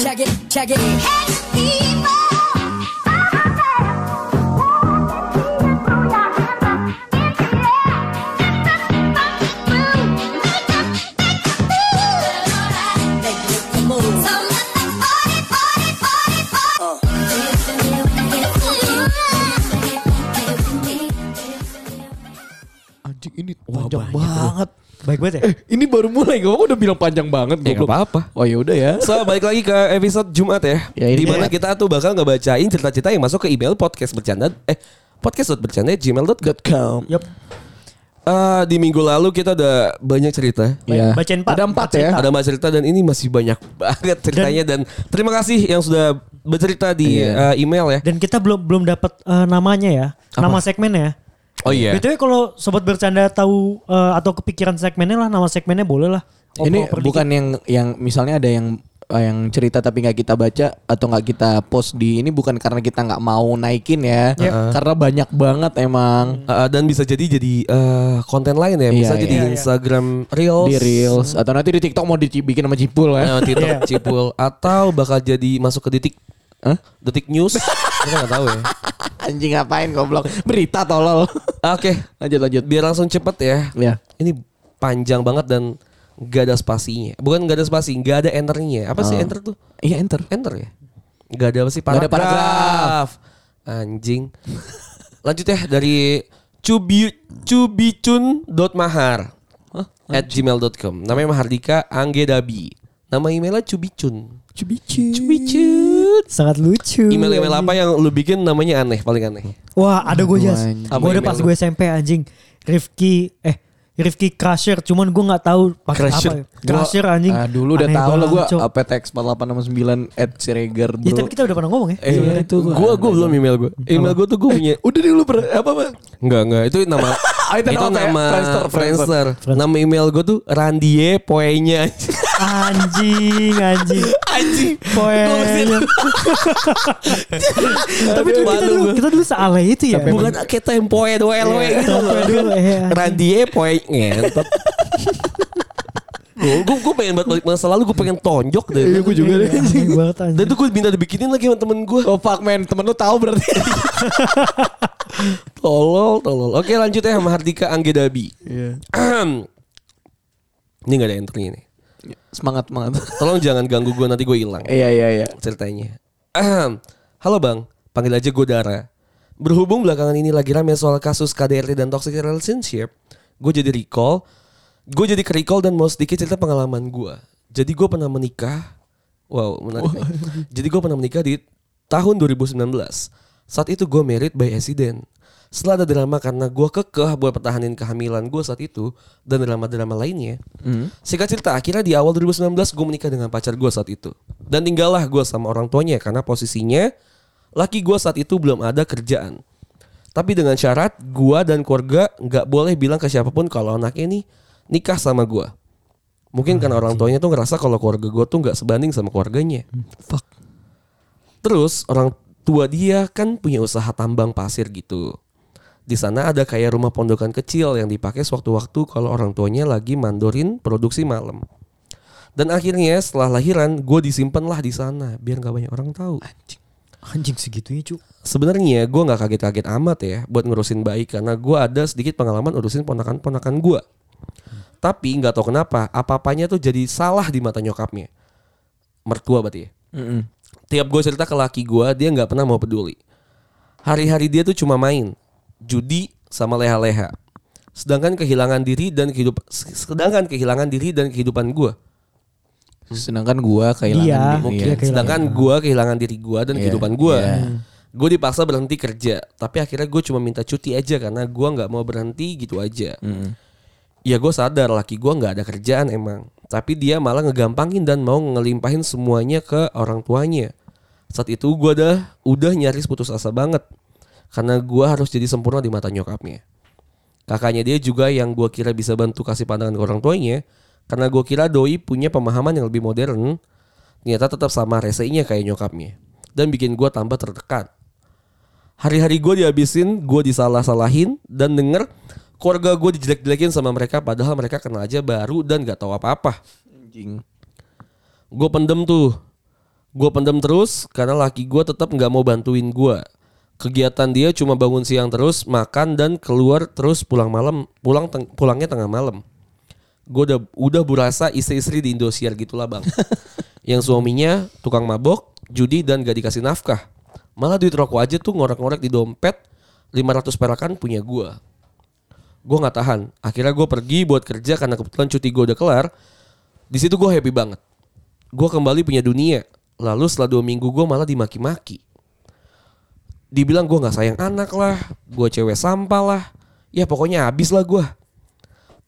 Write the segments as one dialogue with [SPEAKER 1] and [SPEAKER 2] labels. [SPEAKER 1] Check it. Make it the move.
[SPEAKER 2] Anjing ini
[SPEAKER 3] Wah,
[SPEAKER 2] panjang
[SPEAKER 3] banyak,
[SPEAKER 2] banget.
[SPEAKER 3] Baik banget ya?
[SPEAKER 2] Eh, ini baru mulai gue udah bilang panjang banget.
[SPEAKER 3] Ya, nggak
[SPEAKER 2] goblok.
[SPEAKER 3] apa-apa.
[SPEAKER 2] Oh ya udah ya.
[SPEAKER 3] So balik lagi ke episode Jumat ya,
[SPEAKER 2] Ya, ini
[SPEAKER 3] di mana
[SPEAKER 2] Jumat.
[SPEAKER 3] kita tuh bakal ngebacain cerita-cerita yang masuk ke email podcast bercanda eh podcast.bercanda@gmail.com.
[SPEAKER 2] .com.
[SPEAKER 4] Yup.
[SPEAKER 3] Eh di minggu lalu kita ada banyak cerita.
[SPEAKER 2] Iya.
[SPEAKER 4] Bacain empat.
[SPEAKER 2] Ada empat ya.
[SPEAKER 3] Ada banyak cerita dan ini masih banyak banget ceritanya dan, terima kasih yang sudah bercerita di
[SPEAKER 2] Iya.
[SPEAKER 3] eh, email ya.
[SPEAKER 4] Dan kita belum belum dapat eh, namanya ya. Nama segmennya ya.
[SPEAKER 3] Oh iya.
[SPEAKER 4] BTW kalau sobat bercanda tahu eh, atau kepikiran segmennya lah nama segmennya boleh lah.
[SPEAKER 2] ini
[SPEAKER 4] Oper-oper
[SPEAKER 2] bukan yang yang misalnya ada yang eh, yang cerita tapi nggak kita baca atau nggak kita post di ini bukan karena kita nggak mau naikin ya karena banyak banget emang
[SPEAKER 3] Eh, dan bisa jadi jadi eh, konten lain ya, bisa
[SPEAKER 2] Iya,
[SPEAKER 3] jadi
[SPEAKER 2] iya.
[SPEAKER 3] Instagram Reels,
[SPEAKER 2] di reels atau nanti di tiktok mau dibikin sama jipul ya
[SPEAKER 3] eh, TikTok Cipul atau bakal jadi masuk ke detik
[SPEAKER 2] Hah?
[SPEAKER 3] detik news. kita nggak tahu ya.
[SPEAKER 2] anjing ngapain goblok berita tolol
[SPEAKER 3] Oke,
[SPEAKER 2] lanjut lanjut
[SPEAKER 3] biar langsung cepet ya.
[SPEAKER 2] ya
[SPEAKER 3] Ini panjang banget dan gak ada spasinya. Bukan gak ada spasi, gak ada enternya. Apa sih
[SPEAKER 2] Oh.
[SPEAKER 3] enter tuh?
[SPEAKER 2] iya enter
[SPEAKER 3] Enter ya? Gak ada apa sih
[SPEAKER 2] Nggak ada
[SPEAKER 3] paragraf.
[SPEAKER 2] paragraf.
[SPEAKER 3] Anjing. Lanjut ya dari cubi cubicun.mahar at gmail.com. Namanya Mahardika Anggedabi. Nama emailnya cubicun.
[SPEAKER 2] Cubicun.
[SPEAKER 3] Cubicun.
[SPEAKER 4] Sangat lucu.
[SPEAKER 3] Email-email apa yang lu bikin namanya aneh paling aneh?
[SPEAKER 4] Wah ada gue jas.
[SPEAKER 2] Anjing.
[SPEAKER 3] Apa
[SPEAKER 4] Gue udah
[SPEAKER 3] email
[SPEAKER 4] pas
[SPEAKER 3] lu?
[SPEAKER 4] gue SMP anjing. Rifki eh Rifki Crusher. Cuman gue nggak tahu pakai
[SPEAKER 3] Crusher.
[SPEAKER 4] apa. ya. Crusher anjing.
[SPEAKER 2] Ah, dulu udah
[SPEAKER 4] Aneh
[SPEAKER 2] tahu lah
[SPEAKER 4] banget, Cok.
[SPEAKER 2] gue PTX 4869 at Siregar
[SPEAKER 4] Ya
[SPEAKER 2] bro.
[SPEAKER 4] tapi kita udah pernah ngomong ya.
[SPEAKER 2] Eh,
[SPEAKER 3] Iya,
[SPEAKER 2] itu gua-
[SPEAKER 3] gua gua belum email gua. Email gua tuh gua punya
[SPEAKER 2] udah dulu per- apa Bang?
[SPEAKER 3] Enggak, enggak. Itu nama
[SPEAKER 2] Ah, itu
[SPEAKER 3] itu,
[SPEAKER 2] nama apa ya?
[SPEAKER 3] nama
[SPEAKER 2] Friendster,
[SPEAKER 3] Friendster,
[SPEAKER 2] Friendster.
[SPEAKER 3] Nama email gue tuh Randie Poenya.
[SPEAKER 4] Anjing anjing.
[SPEAKER 3] Anjing.
[SPEAKER 4] Poenya. Tapi dulu kita
[SPEAKER 3] Malu
[SPEAKER 4] dulu
[SPEAKER 3] gua.
[SPEAKER 4] kita dulu sealay itu ya.
[SPEAKER 3] Bukan kita yang poe doel we
[SPEAKER 4] Iya,
[SPEAKER 3] gitu
[SPEAKER 4] tempoe doel, iya.
[SPEAKER 3] Randie poe ngentot. Gue gue pengen banget balik masa lalu gue pengen tonjok deh.
[SPEAKER 2] Iya, gua juga deh.
[SPEAKER 4] Aneh banget anjing.
[SPEAKER 3] Dan tuh gue minta dibikinin lagi sama temen gue.
[SPEAKER 2] Oh fuck man, temen lu tahu berarti.
[SPEAKER 3] Tolol, tolol. Oke lanjut ya sama Hardika Anggedabi.
[SPEAKER 4] Iya.
[SPEAKER 3] Ini gak ada enternya nih.
[SPEAKER 2] Ya, semangat semangat.
[SPEAKER 3] Tolong jangan ganggu gue nanti gue hilang.
[SPEAKER 2] Iya iya iya.
[SPEAKER 3] ceritanya. Ahem. Halo bang, panggil aja gue Dara. Berhubung belakangan ini lagi rame soal kasus KDRT dan toxic relationship, gue jadi recall, gue jadi ke recall dan mau sedikit cerita pengalaman gue. Jadi gue pernah menikah, wow menarik. nih. Jadi gue pernah menikah di tahun 2019. Saat itu gue married by accident. Setelah ada drama karena gue kekeh buat pertahanin kehamilan gue saat itu dan drama-drama lainnya. Singkat cerita, akhirnya di awal 2019 gue menikah dengan pacar gue saat itu. Dan tinggallah gue sama orang tuanya karena posisinya laki gue saat itu belum ada kerjaan. Tapi dengan syarat gue dan keluarga nggak boleh bilang ke siapapun kalau anaknya nih nikah sama gue. Mungkin karena orang tuanya tuh ngerasa kalau keluarga gue tuh nggak sebanding sama keluarganya.
[SPEAKER 2] Fuck.
[SPEAKER 3] Terus orang tua dia kan punya usaha tambang pasir gitu. Di sana ada kayak rumah pondokan kecil yang dipakai sewaktu-waktu kalau orang tuanya lagi mandorin produksi malam. Dan akhirnya setelah lahiran gue disimpanlah di sana biar nggak banyak orang tahu.
[SPEAKER 4] Anjing segitunya cu.
[SPEAKER 3] Sebenarnya gue nggak kaget-kaget amat ya buat ngurusin bayi karena gue ada sedikit pengalaman urusin ponakan-ponakan gue. Tapi nggak tahu kenapa apa-apanya tuh jadi salah di mata nyokapnya. Mertua berarti ya tiap gue cerita ke laki gue dia nggak pernah mau peduli hari-hari dia tuh cuma main judi sama leha-leha sedangkan kehilangan diri dan kehidup sedangkan kehilangan diri dan kehidupan gue
[SPEAKER 2] Sedangkan gua kehilangan dia.
[SPEAKER 4] Dia, mungkin.
[SPEAKER 2] Iya.
[SPEAKER 4] Dia kehilangan.
[SPEAKER 3] sedangkan gue kehilangan diri gue dan
[SPEAKER 2] Iya,
[SPEAKER 3] kehidupan gue
[SPEAKER 2] iya.
[SPEAKER 3] gue dipaksa berhenti kerja tapi akhirnya gue cuma minta cuti aja karena gue nggak mau berhenti gitu aja ya gue sadar laki gue nggak ada kerjaan emang tapi dia malah ngegampangin dan mau ngelimpahin semuanya ke orang tuanya saat itu gue dah udah nyaris putus asa banget karena gue harus jadi sempurna di mata nyokapnya kakaknya dia juga yang gue kira bisa bantu kasih pandangan ke orang tuanya karena gue kira doi punya pemahaman yang lebih modern ternyata tetap sama reseinya kayak nyokapnya dan bikin gue tambah tertekan hari-hari gue dihabisin, gue disalah-salahin dan denger keluarga gue dijelek-jelekin sama mereka padahal mereka kenal aja baru dan gak tahu apa-apa.
[SPEAKER 2] Anjing.
[SPEAKER 3] Gue pendem tuh. Gue pendem terus karena laki gue tetap nggak mau bantuin gue. Kegiatan dia cuma bangun siang terus, makan dan keluar terus pulang malam, pulang teng- pulangnya tengah malam. Gue udah udah berasa istri-istri di Indosiar gitulah bang. Yang suaminya tukang mabok, judi dan gak dikasih nafkah. Malah duit rokok aja tuh ngorek-ngorek di dompet 500 perakan punya gue gue nggak tahan akhirnya gue pergi buat kerja karena kebetulan cuti gue udah kelar di situ gue happy banget gue kembali punya dunia lalu setelah dua minggu gue malah dimaki-maki dibilang gue nggak sayang anak lah gue cewek sampah lah ya pokoknya habis lah gue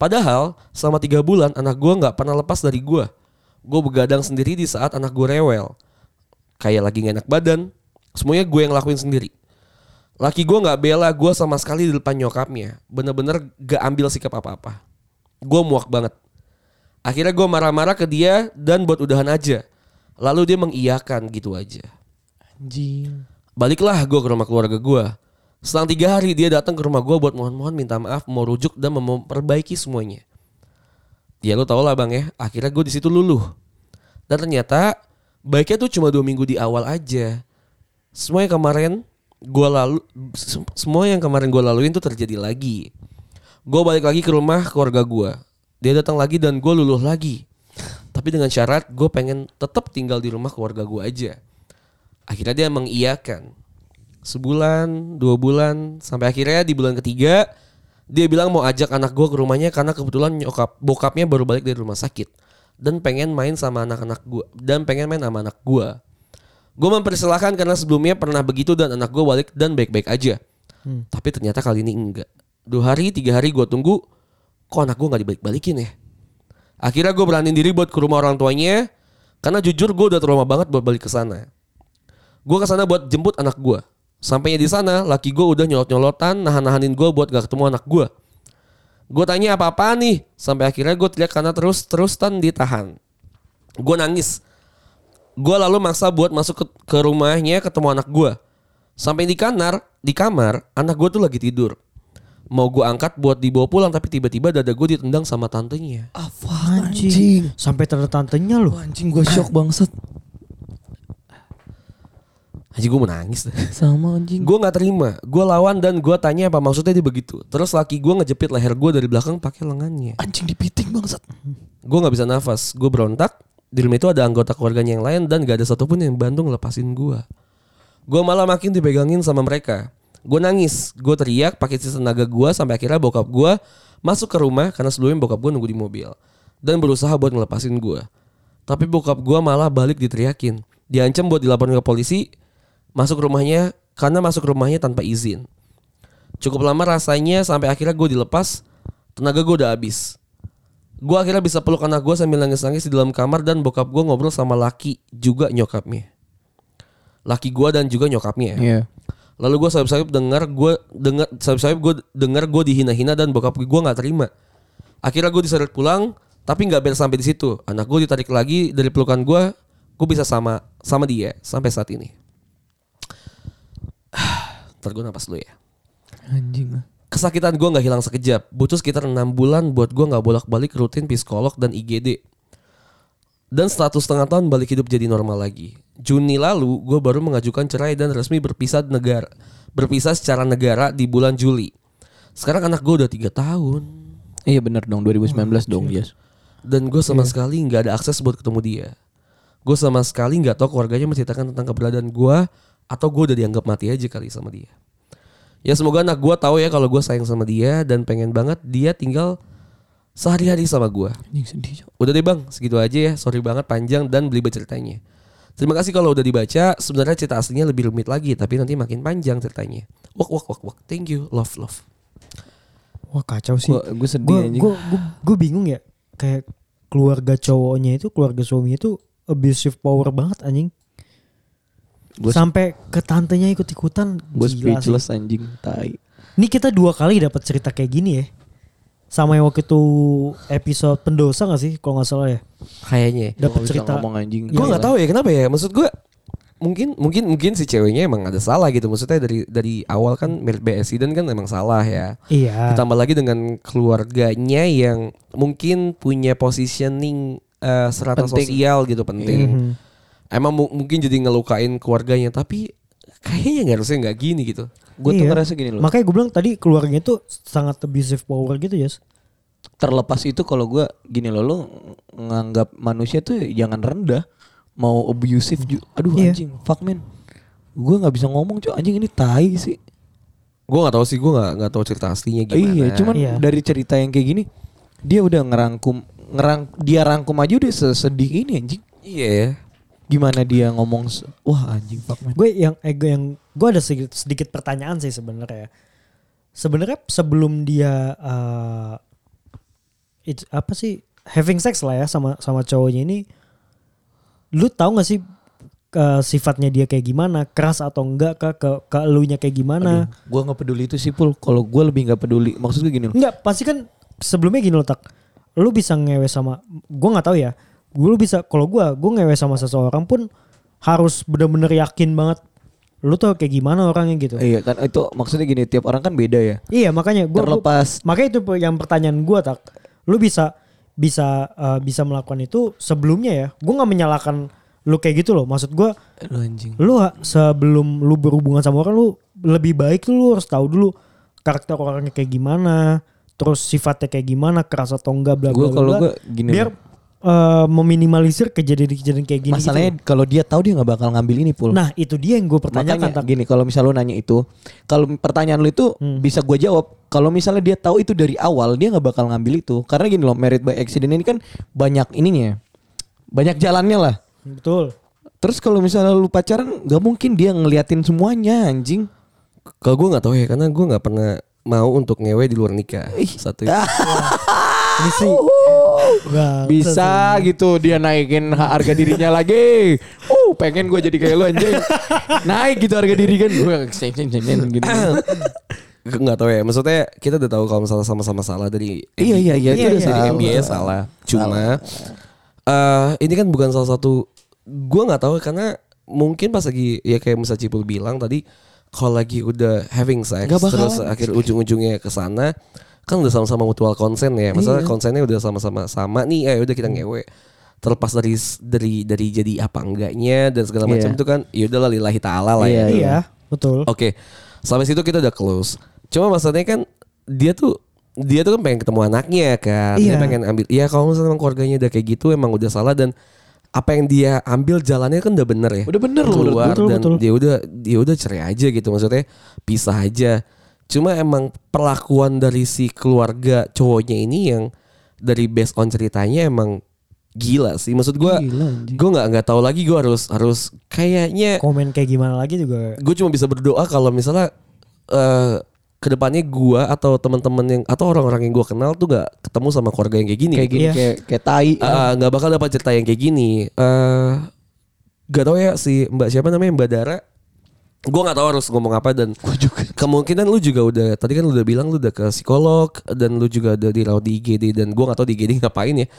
[SPEAKER 3] padahal selama tiga bulan anak gue nggak pernah lepas dari gue gue begadang sendiri di saat anak gue rewel kayak lagi gak enak badan semuanya gue yang lakuin sendiri Laki gue nggak bela gue sama sekali di depan nyokapnya. Bener-bener gak ambil sikap apa-apa. Gue muak banget. Akhirnya gue marah-marah ke dia dan buat udahan aja. Lalu dia mengiyakan gitu aja.
[SPEAKER 2] Anjing.
[SPEAKER 3] Baliklah gue ke rumah keluarga gue. Selang tiga hari dia datang ke rumah gue buat mohon-mohon minta maaf, mau rujuk dan memperbaiki semuanya. Ya lo tau lah bang ya, akhirnya gue di situ luluh. Dan ternyata baiknya tuh cuma dua minggu di awal aja. Semua yang kemarin gue lalu, sem- semua yang kemarin gue laluin tuh terjadi lagi. Gue balik lagi ke rumah keluarga gue. Dia datang lagi dan gue luluh lagi. Tapi dengan syarat gue pengen tetap tinggal di rumah keluarga gue aja. Akhirnya dia mengiyakan. Sebulan, dua bulan, sampai akhirnya di bulan ketiga dia bilang mau ajak anak gue ke rumahnya karena kebetulan nyokap bokapnya baru balik dari rumah sakit dan pengen main sama anak-anak gue dan pengen main sama anak gue. Gue mempersilahkan karena sebelumnya pernah begitu dan anak gue balik dan baik-baik aja. Tapi ternyata kali ini enggak. Dua hari, tiga hari gue tunggu, kok anak gue nggak dibalik-balikin ya? Akhirnya gue beraniin diri buat ke rumah orang tuanya karena jujur gue udah trauma banget buat balik ke sana. Gue ke sana buat jemput anak gue. Sampainya di sana, laki gue udah nyolot-nyolotan, nahan-nahanin gue buat gak ketemu anak gue. Gue tanya apa-apa nih, sampai akhirnya gue teriak karena terus-terusan ditahan. Gue nangis. Gue lalu maksa buat masuk ke, ke rumahnya ketemu anak gue. Sampai di kanar, di kamar, anak gue tuh lagi tidur. Mau gue angkat buat dibawa pulang, tapi tiba-tiba dada gue ditendang sama tantenya.
[SPEAKER 4] Anjing. Sampai tanda tantenya loh.
[SPEAKER 2] Anjing gue shock bangsat.
[SPEAKER 3] Haji gue menangis.
[SPEAKER 2] Sama anjing.
[SPEAKER 3] gue nggak terima. Gue lawan dan gue tanya apa maksudnya dia begitu. Terus laki gue ngejepit leher gue dari belakang pakai lengannya.
[SPEAKER 2] Anjing dipiting bangsat.
[SPEAKER 3] Gue nggak bisa nafas. Gue berontak. Di rumah itu ada anggota keluarganya yang lain dan gak ada satupun yang bantu ngelepasin gue. Gue malah makin dipegangin sama mereka. Gue nangis, gue teriak pakai sisa tenaga gue sampai akhirnya bokap gue masuk ke rumah karena sebelumnya bokap gue nunggu di mobil dan berusaha buat ngelepasin gue. Tapi bokap gue malah balik diteriakin, diancam buat dilaporin ke polisi, masuk rumahnya karena masuk rumahnya tanpa izin. Cukup lama rasanya sampai akhirnya gue dilepas, tenaga gue udah habis. Gue akhirnya bisa peluk anak gue sambil nangis-nangis di dalam kamar dan bokap gue ngobrol sama laki juga nyokapnya. Laki gue dan juga nyokapnya.
[SPEAKER 2] Iya.
[SPEAKER 3] Lalu gue sayup-sayup dengar gue dengar sayup-sayup gue dengar gue dihina-hina dan bokap gue nggak terima. Akhirnya gue diseret pulang, tapi nggak beres sampai di situ. Anak gue ditarik lagi dari pelukan gue, gue bisa sama sama dia sampai saat ini. Ntar gue napas dulu ya.
[SPEAKER 2] Anjing
[SPEAKER 4] ah.
[SPEAKER 2] lah.
[SPEAKER 3] Kesakitan gue nggak hilang sekejap. Butuh sekitar enam bulan buat gue nggak bolak-balik rutin psikolog dan IGD. Dan status setengah tahun balik hidup jadi normal lagi. Juni lalu gue baru mengajukan cerai dan resmi berpisah negara, berpisah secara negara di bulan Juli. Sekarang anak gue udah tiga tahun
[SPEAKER 2] Iya bener dong 2019 dong Jas.
[SPEAKER 3] dan gue sama sekali nggak ada akses buat ketemu dia. Gue sama sekali nggak tahu keluarganya menceritakan tentang keberadaan gue atau gue udah dianggap mati aja kali sama dia. Ya semoga anak gue tahu ya kalau gue sayang sama dia dan pengen banget dia tinggal sehari-hari sama gue.
[SPEAKER 2] Anjing sedih. Cok.
[SPEAKER 3] Udah deh bang, segitu aja ya. Sorry banget panjang dan belibet ceritanya. Terima kasih kalau udah dibaca. Sebenarnya cerita aslinya lebih rumit lagi, tapi nanti makin panjang ceritanya. Wak wak wak wak. Thank you, love love.
[SPEAKER 4] Wah kacau sih.
[SPEAKER 2] Gua- gua sedih,
[SPEAKER 4] Gua-
[SPEAKER 2] anjing.
[SPEAKER 4] gua- gua- gua bingung ya. Kayak keluarga cowoknya itu, keluarga suaminya itu abusive power banget anjing.
[SPEAKER 2] Gua-
[SPEAKER 4] Sampai ke tantenya ikut-ikutan.
[SPEAKER 2] Gue
[SPEAKER 4] gila sih.
[SPEAKER 2] speechless anjing. Tai.
[SPEAKER 4] Ini kita dua kali dapat cerita kayak gini ya. Sama yang waktu itu episode pendosa gak sih kalau nggak salah ya?
[SPEAKER 3] Kayaknya.
[SPEAKER 2] Gua
[SPEAKER 4] Dapat
[SPEAKER 2] nggak bisa
[SPEAKER 4] cerita.
[SPEAKER 2] ngomong anjing. Iya.
[SPEAKER 3] gue nggak tahu ya kenapa ya maksud gue mungkin mungkin mungkin si ceweknya emang ada salah gitu maksudnya dari dari awal kan mirip BSI dan kan emang salah ya
[SPEAKER 4] Iya.
[SPEAKER 3] ditambah lagi dengan keluarganya yang mungkin punya positioning eh, serata
[SPEAKER 2] Penting.
[SPEAKER 3] sosial gitu penting
[SPEAKER 4] Mhm.
[SPEAKER 3] emang mu- mungkin jadi ngelukain keluarganya tapi kayaknya nggak harusnya nggak gini gitu
[SPEAKER 2] Gue
[SPEAKER 4] Iya.
[SPEAKER 2] tuh ngerasa gini loh.
[SPEAKER 4] Makanya gue bilang tadi keluarganya tuh sangat abusive power gitu ya.
[SPEAKER 2] terlepas itu kalau gua gini loh lo nganggap manusia tuh jangan rendah mau abusive ju- aduh
[SPEAKER 4] Iya.
[SPEAKER 2] anjing fuck man gue nggak bisa ngomong cuy anjing ini tai sih
[SPEAKER 3] gue nggak tahu sih gue nggak nggak tahu cerita aslinya gimana
[SPEAKER 2] iya cuman
[SPEAKER 4] Iya.
[SPEAKER 2] dari cerita yang kayak gini dia udah ngerangkum ngerang dia rangkum aja udah sesedih ini anjing
[SPEAKER 3] iya ya.
[SPEAKER 2] gimana dia ngomong se- wah anjing fuck man
[SPEAKER 4] Gue yang eh, gue yang gue ada sedikit, sedikit pertanyaan sih sebenarnya. Sebenarnya sebelum dia eh itu apa sih having sex lah ya sama sama cowoknya ini, lu tahu nggak sih eh, sifatnya dia kayak gimana, keras atau enggak ke ke, ke elunya kayak gimana?
[SPEAKER 2] gue nggak peduli itu sih pul kalau gue lebih nggak peduli maksud gue gini loh
[SPEAKER 4] Enggak, pasti kan sebelumnya gini loh tak. Lu bisa ngewe sama gua nggak tahu ya. Gue bisa kalau gua gua ngewe sama seseorang pun harus bener-bener yakin banget lu tuh kayak gimana orangnya gitu.
[SPEAKER 2] iya kan itu maksudnya gini tiap orang kan beda ya
[SPEAKER 4] Iya, makanya gua gua-
[SPEAKER 2] terlepas
[SPEAKER 4] makanya itu yang pertanyaan gua tak. Lu bisa bisa eh, bisa melakukan itu sebelumnya ya. Gua nggak menyalahkan lu kayak gitu loh. Maksud gua
[SPEAKER 2] Aduh, anjing
[SPEAKER 4] lu ha- sebelum lu berhubungan sama orang lu lebih baik tuh lu harus tahu dulu karakter orangnya kayak gimana terus sifatnya kayak gimana keras atau enggak bla
[SPEAKER 2] gue
[SPEAKER 4] bla bla,
[SPEAKER 2] kalau
[SPEAKER 4] bla.
[SPEAKER 2] gue gini
[SPEAKER 4] biar
[SPEAKER 2] loh.
[SPEAKER 4] eh, meminimalisir kejadian-kejadian kayak gini
[SPEAKER 2] masalahnya
[SPEAKER 4] gitu.
[SPEAKER 2] kalau dia tahu dia nggak bakal ngambil ini pul
[SPEAKER 4] nah itu dia yang gue pertanyakan
[SPEAKER 2] makanya
[SPEAKER 4] Tak.
[SPEAKER 2] gini kalau misal lu nanya itu kalau pertanyaan lu itu bisa gue jawab kalau misalnya dia tahu itu dari awal dia nggak bakal ngambil itu karena gini loh merit by accident ini kan banyak ininya ya. banyak jalannya lah
[SPEAKER 4] betul
[SPEAKER 2] terus kalau misalnya lu pacaran nggak mungkin dia ngeliatin semuanya anjing
[SPEAKER 3] kalau gue nggak tahu ya karena gue nggak pernah mau untuk ngewe di luar nikah
[SPEAKER 2] eh,
[SPEAKER 3] satu itu.
[SPEAKER 4] ini sih Bang,
[SPEAKER 2] bisa gitu dia naikin ha- harga dirinya lagi uh pengen gue jadi kayak lu anjing naik gitu harga diri kan gue gitu
[SPEAKER 3] nggak tahu ya maksudnya kita udah tahu kalau misalnya sama-sama salah dari
[SPEAKER 2] iya iya iya itu
[SPEAKER 4] Iya,
[SPEAKER 2] udah
[SPEAKER 4] iya.
[SPEAKER 2] salah.
[SPEAKER 3] dari MBA salah cuma eh ini kan bukan salah satu gua nggak tahu karena mungkin pas lagi ya kayak Musa Cipul bilang tadi kalau lagi udah having sex
[SPEAKER 2] Nggak bakalan.
[SPEAKER 3] terus akhir ujung-ujungnya ke sana kan udah sama-sama mutual consent ya
[SPEAKER 2] Iya.
[SPEAKER 3] maksudnya konsennya udah sama-sama sama nih eh udah kita ngewe terlepas dari dari dari jadi apa enggaknya dan segala macam
[SPEAKER 2] Iya.
[SPEAKER 3] itu kan ya udahlah lillahi taala lah
[SPEAKER 2] Iya,
[SPEAKER 3] ya
[SPEAKER 4] iya betul
[SPEAKER 3] Oke, sampai situ kita udah close. Cuma maksudnya kan dia tuh dia tuh kan pengen ketemu anaknya kan. Dia
[SPEAKER 4] Iya.
[SPEAKER 3] pengen ambil. Iya kalau misalnya emang keluarganya udah kayak gitu emang udah salah dan apa yang dia ambil jalannya kan udah bener ya.
[SPEAKER 2] Udah bener loh,
[SPEAKER 3] Keluar
[SPEAKER 4] betul,
[SPEAKER 3] dan
[SPEAKER 4] betul.
[SPEAKER 3] dia udah dia udah cerai aja gitu maksudnya pisah aja. Cuma emang perlakuan dari si keluarga cowoknya ini yang dari based on ceritanya emang gila sih. Maksud gua
[SPEAKER 2] Gila, anjing.
[SPEAKER 3] gua nggak nggak tahu lagi gua harus harus kayaknya
[SPEAKER 4] komen kayak gimana lagi juga
[SPEAKER 3] gue cuma bisa berdoa kalau misalnya eh kedepannya gue atau teman-teman yang atau orang-orang yang gue kenal tuh gak ketemu sama keluarga yang kayak gini.
[SPEAKER 2] kayak gini Ah,
[SPEAKER 4] Iya.
[SPEAKER 2] kayak kayak tai
[SPEAKER 3] Eh, nggak bakal dapat cerita yang kayak gini. eh gak tau ya si Mbak siapa namanya Mbak Dara. Gue nggak tahu harus ngomong apa dan kemungkinan lu juga udah tadi kan lu udah bilang lu udah ke psikolog dan lu juga udah dirawat di IGD dan gue nggak tahu di IGD ngapain ya.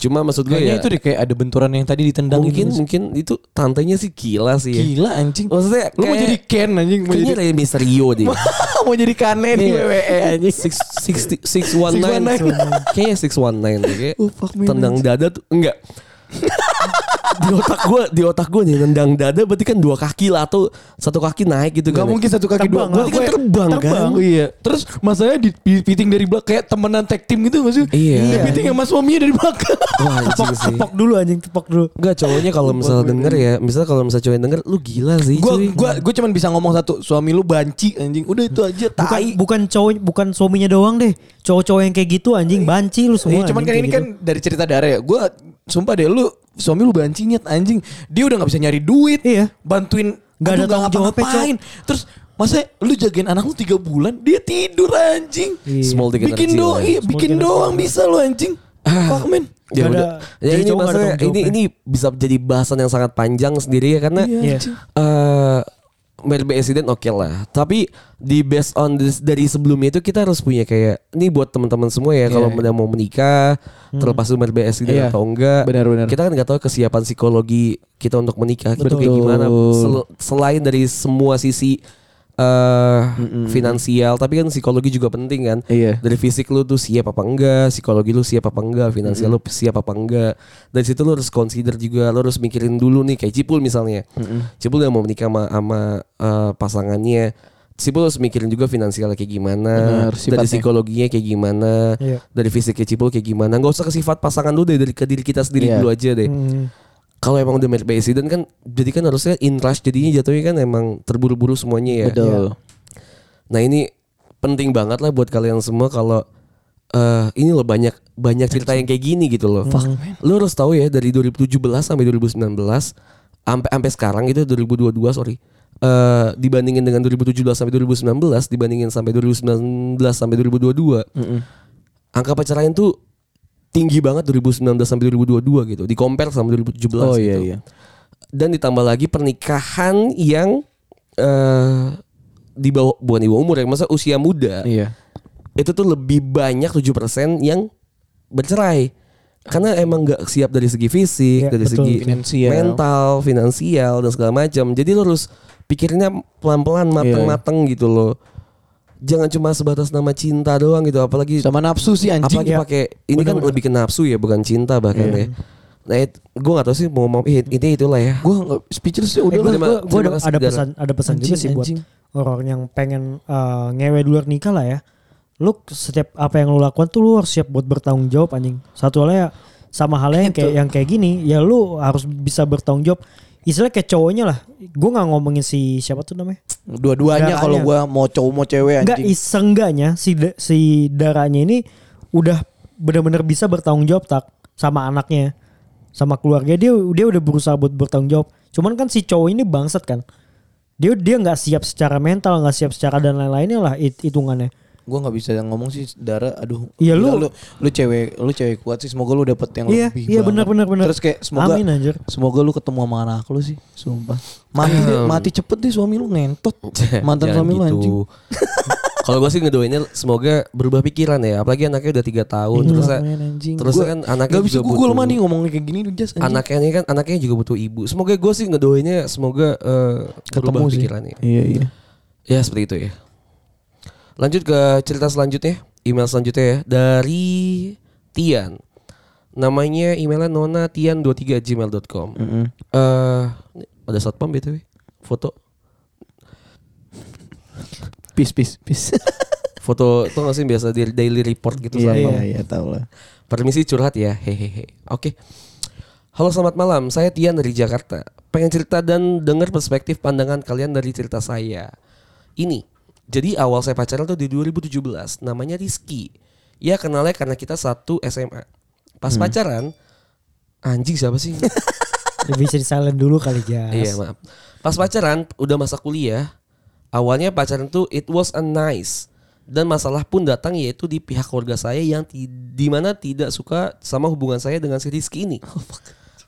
[SPEAKER 3] Cuma maksud gue
[SPEAKER 2] Kayaknya
[SPEAKER 3] ya
[SPEAKER 2] Iya, itu deh kayak ada benturan yang tadi ditendang gitu.
[SPEAKER 3] mungkin mungkin itu tantenya sih gila sih. Ya.
[SPEAKER 2] Gila anjing.
[SPEAKER 3] Maksudnya
[SPEAKER 2] Oh, Lu mau
[SPEAKER 3] kayak-
[SPEAKER 2] jadi Ken anjing, mau
[SPEAKER 3] Kayaknya
[SPEAKER 2] jadi
[SPEAKER 3] dari Misterio deh.
[SPEAKER 2] mau jadi Kane di WWE E anjing.
[SPEAKER 3] Iya. Six, sixty- 619 Kayaknya 619 deh, kayak
[SPEAKER 2] Oh, fuck me,
[SPEAKER 3] Tendang dada tuh Enggak di otak gue di otak gue nih tendang dada berarti kan dua kaki lah atau satu kaki naik gitu
[SPEAKER 2] Gak
[SPEAKER 3] kan
[SPEAKER 2] mungkin satu kaki
[SPEAKER 4] Terbang
[SPEAKER 2] dua.
[SPEAKER 4] lah.
[SPEAKER 2] Berarti kan
[SPEAKER 3] Gua-
[SPEAKER 2] terbang,
[SPEAKER 3] terbang.
[SPEAKER 2] kan. Iya. Terus masalahnya di, di- piting dari belakang kayak temenan tag team gitu gak sih?
[SPEAKER 3] Iya.
[SPEAKER 2] Di piting sama suaminya dari belakang.
[SPEAKER 3] wah anjing sih
[SPEAKER 4] tepok dulu anjing tepok dulu
[SPEAKER 3] Enggak cowoknya kalau misalnya denger ya misalnya kalau misalnya cowoknya denger lu gila sih
[SPEAKER 2] Gua
[SPEAKER 3] cuy.
[SPEAKER 2] gua gua cuman bisa ngomong satu, suami lu banci anjing. Udah itu aja
[SPEAKER 4] bukan
[SPEAKER 2] tai.
[SPEAKER 4] bukan cowok bukan suaminya doang deh cowok-cowok yang kayak gitu anjing banci lu semua
[SPEAKER 2] Iya, cuman kan
[SPEAKER 4] anjing, kayak
[SPEAKER 2] ini
[SPEAKER 4] gitu.
[SPEAKER 2] kan dari cerita Dara ya. Gue sumpah deh lu suami lu banci nyet anjing. Dia udah nggak bisa nyari duit.
[SPEAKER 4] Iya.
[SPEAKER 2] Bantuin
[SPEAKER 4] Nggak ada
[SPEAKER 2] aduh,
[SPEAKER 4] tanggung jawabnya,
[SPEAKER 2] ngapa-ngapain. Terus masa lu jagain anak lu 3 bulan dia tidur anjing.
[SPEAKER 4] Iya.
[SPEAKER 3] Small ticket
[SPEAKER 2] bikin
[SPEAKER 3] energy
[SPEAKER 2] doang,
[SPEAKER 3] lah ya.
[SPEAKER 2] iya,
[SPEAKER 4] Small
[SPEAKER 2] bikin
[SPEAKER 4] ticket
[SPEAKER 2] doang bisa lu anjing. Fuck men.
[SPEAKER 3] ya
[SPEAKER 4] Gak ada-
[SPEAKER 3] udah ya
[SPEAKER 4] jadi
[SPEAKER 3] ini
[SPEAKER 4] cowok gak ada
[SPEAKER 3] maksudnya
[SPEAKER 4] tanggung
[SPEAKER 3] ini
[SPEAKER 4] jawabnya.
[SPEAKER 3] ini bisa jadi bahasan yang sangat panjang sendiri ya karena
[SPEAKER 4] Iya.
[SPEAKER 2] anjing.
[SPEAKER 3] eh Merit by accident oke lah, tapi di based on this- dari sebelumnya itu kita harus punya kayak ini buat teman-teman semua ya kalau udah mau menikah terlepas lu merit by accident
[SPEAKER 2] Hmm. Iya,
[SPEAKER 3] atau enggak,
[SPEAKER 2] benar-benar.
[SPEAKER 3] kita kan nggak tahu kesiapan psikologi kita untuk menikah itu
[SPEAKER 2] Betul.
[SPEAKER 3] kayak gimana Sel- selain dari semua sisi eh finansial, tapi kan psikologi juga penting kan.
[SPEAKER 2] Iya.
[SPEAKER 3] Dari fisik lu tuh siap apa enggak, psikologi lu siap apa enggak, finansial lu siap apa enggak. Dari situ lu harus consider juga, lu harus mikirin dulu nih kayak Cipul misalnya. Cipul yang mau menikah sama, sama, eh, pasangannya, Cipul harus mikirin juga finansialnya kayak gimana,
[SPEAKER 2] Benar, sifatnya.
[SPEAKER 3] dari psikologinya kayak gimana,
[SPEAKER 4] Iya.
[SPEAKER 3] dari fisiknya Cipul kayak gimana. Gak usah ke sifat pasangan lu deh, dari ke diri kita
[SPEAKER 2] Iya.
[SPEAKER 3] sendiri dulu aja deh
[SPEAKER 4] Hmm.
[SPEAKER 3] kalau emang udah married by accident kan jadi kan harusnya in rush jadinya jatuhnya kan emang terburu-buru semuanya ya.
[SPEAKER 2] Betul.
[SPEAKER 3] Nah ini penting banget lah buat kalian semua kalau eh ini loh banyak banyak cerita yang kayak gini gitu loh.
[SPEAKER 2] Hmm.
[SPEAKER 3] Lo harus tahu ya dari 2017 sampai 2019 sampai sampai sekarang gitu, itu 2022 sorry. Eh dibandingin dengan 2017 sampai 2019 dibandingin sampai 2019 sampai 2022 angka perceraian tuh tinggi banget 2019 sampai 2022 gitu di compare sama 2017
[SPEAKER 2] Oh
[SPEAKER 3] gitu
[SPEAKER 2] iya iya.
[SPEAKER 3] dan ditambah lagi pernikahan yang eh di bawah bukan di bawah umur ya masa usia muda
[SPEAKER 2] Iya.
[SPEAKER 3] itu tuh lebih banyak 7% yang bercerai karena emang nggak siap dari segi fisik
[SPEAKER 4] Iya,
[SPEAKER 3] dari
[SPEAKER 4] betul.
[SPEAKER 3] segi
[SPEAKER 2] Finansial.
[SPEAKER 3] mental finansial dan segala macam jadi lo harus pikirnya
[SPEAKER 2] Iya,
[SPEAKER 3] pelan-pelan mateng-mateng gitu loh jangan cuma sebatas nama cinta doang gitu apalagi
[SPEAKER 2] Sama nafsu sih anjing. ya.
[SPEAKER 4] ya.
[SPEAKER 3] apalagi pakai ini kan lebih ke nafsu ya bukan cinta bahkan
[SPEAKER 2] Iya.
[SPEAKER 3] ya nah gue gak tau sih mau ngomong eh, ini itulah ya
[SPEAKER 2] Gue nggak speechless sih
[SPEAKER 4] Eh,
[SPEAKER 2] udah.
[SPEAKER 4] gue
[SPEAKER 3] terima-
[SPEAKER 4] ada,
[SPEAKER 3] terima kasih,
[SPEAKER 4] ada
[SPEAKER 3] Dara.
[SPEAKER 4] pesan ada pesan juga
[SPEAKER 2] Anjing,
[SPEAKER 4] sih buat
[SPEAKER 2] anjing.
[SPEAKER 4] orang yang pengen eh, ngewe di luar nikah lah ya. Lu setiap apa yang lu lakukan tuh lu harus siap buat bertanggung jawab anjing. Satu halnya ya, sama halnya yang kayak yang kayak gini ya lu harus bisa bertanggung jawab. Istilah kayak cowoknya lah. Gue nggak ngomongin si siapa tuh namanya.
[SPEAKER 2] Dua-duanya
[SPEAKER 4] Darahnya.
[SPEAKER 2] kalau gue mau cowok mau cewek
[SPEAKER 4] Enggak
[SPEAKER 2] anjing.
[SPEAKER 4] isengganya si da- si darahnya ini udah benar-benar bisa bertanggung jawab tak sama anaknya sama keluarga dia dia udah berusaha buat bertanggung jawab cuman kan si cowok ini bangsat kan dia dia nggak siap secara mental nggak siap secara dan lain-lainnya lah hit- hitungannya
[SPEAKER 2] Gue nggak bisa ngomong sih Dara. Aduh.
[SPEAKER 4] Iya,
[SPEAKER 2] gila,
[SPEAKER 4] lu-
[SPEAKER 2] lu lu cewek lu cewek kuat sih. Semoga lu dapet yang
[SPEAKER 4] Iya,
[SPEAKER 2] lebih.
[SPEAKER 4] iya,
[SPEAKER 2] banget.
[SPEAKER 4] benar, benar, benar.
[SPEAKER 2] Terus kayak semoga.
[SPEAKER 4] Amin, anjir.
[SPEAKER 2] Semoga lu ketemu sama anak lu sih. Sumpah. Mati deh, mati cepet deh suami lu ngentot. Mantan
[SPEAKER 3] Jangan
[SPEAKER 2] suami lu
[SPEAKER 3] gitu.
[SPEAKER 2] anjing.
[SPEAKER 3] Kalau gue sih ngedoainnya semoga berubah pikiran ya, apalagi anaknya udah tiga tahun terus
[SPEAKER 2] Main Iya, anjing.
[SPEAKER 3] terus
[SPEAKER 2] Gua
[SPEAKER 3] kan anaknya
[SPEAKER 2] nggak bisa
[SPEAKER 3] juga
[SPEAKER 2] gugul
[SPEAKER 3] butuh-
[SPEAKER 2] mah nih ngomongnya kayak gini lu jas anjing.
[SPEAKER 3] anaknya ini kan anaknya juga butuh ibu. Semoga gue sih ngedoainnya semoga eh, berubah
[SPEAKER 2] sih.
[SPEAKER 3] pikirannya.
[SPEAKER 2] Iya iya.
[SPEAKER 3] Ya seperti itu ya. Lanjut ke cerita selanjutnya, email selanjutnya ya dari Tian. Namanya emailnya nona tian23@gmail.com.
[SPEAKER 2] Mm-mm.
[SPEAKER 3] Eh, ini ada satpam btw foto
[SPEAKER 2] Peace peace peace.
[SPEAKER 3] foto itu nggak sih biasa di daily report gitu
[SPEAKER 2] Iya
[SPEAKER 3] satpam.
[SPEAKER 2] iya iya tahu lah.
[SPEAKER 3] Permisi curhat ya, hehehe. Oke. Halo selamat malam, saya Tian dari Jakarta. Pengen cerita dan dengar perspektif pandangan kalian dari cerita saya. Ini, jadi awal saya pacaran tuh di 2017, namanya Rizky. Ya kenalnya karena kita satu SMA. Pas pacaran, anjing siapa sih?
[SPEAKER 4] lebih Ya, bisa di silent dulu kali ya
[SPEAKER 3] Iya maaf. Pas pacaran udah masa kuliah, awalnya pacaran tuh it was a nice dan masalah pun datang yaitu di pihak keluarga saya yang ti- di mana tidak suka sama hubungan saya dengan si Rizky ini.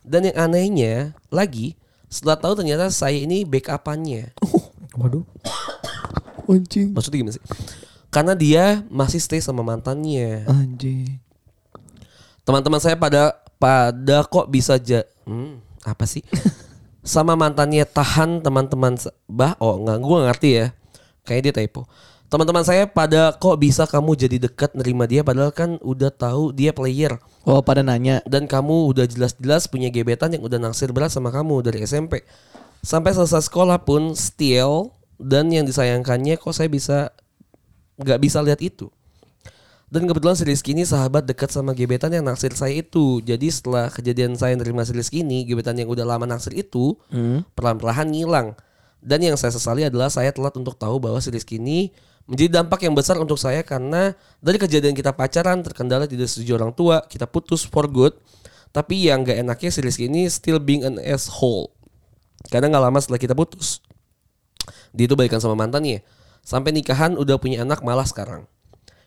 [SPEAKER 3] Dan yang anehnya lagi setelah tahu ternyata saya ini backupannya.
[SPEAKER 4] waduh
[SPEAKER 2] Anjing.
[SPEAKER 3] Oh, Maksudnya gimana sih? Karena dia masih stay sama mantannya.
[SPEAKER 2] Anjing.
[SPEAKER 3] Teman-teman saya pada pada kok bisa ja hmm, apa sih? Sama mantannya tahan teman-teman sa- bah oh nggak gue ngerti ya. Kayaknya dia typo. Teman-teman saya pada kok bisa kamu jadi dekat nerima dia padahal kan udah tahu dia player
[SPEAKER 2] Oh pada nanya.
[SPEAKER 3] dan kamu udah jelas-jelas punya gebetan yang udah naksir berat sama kamu dari SMP. Sampai selesai sekolah pun still dan yang disayangkannya kok saya bisa nggak bisa lihat itu. Dan kebetulan si Rizky ini sahabat dekat sama gebetan yang naksir saya itu. Jadi setelah kejadian saya nerima si Rizky ini, gebetan yang udah lama naksir itu perlahan-lahan ngilang. Dan yang saya sesali adalah saya telat untuk tahu bahwa si Rizky ini menjadi dampak yang besar untuk saya karena dari kejadian kita pacaran terkendala tidak setuju orang tua, kita putus for good. Tapi yang gak enaknya si Rizky ini still being an asshole. Karena nggak lama setelah kita putus, dia itu balikan sama mantannya. Sampai nikahan udah punya anak malah sekarang.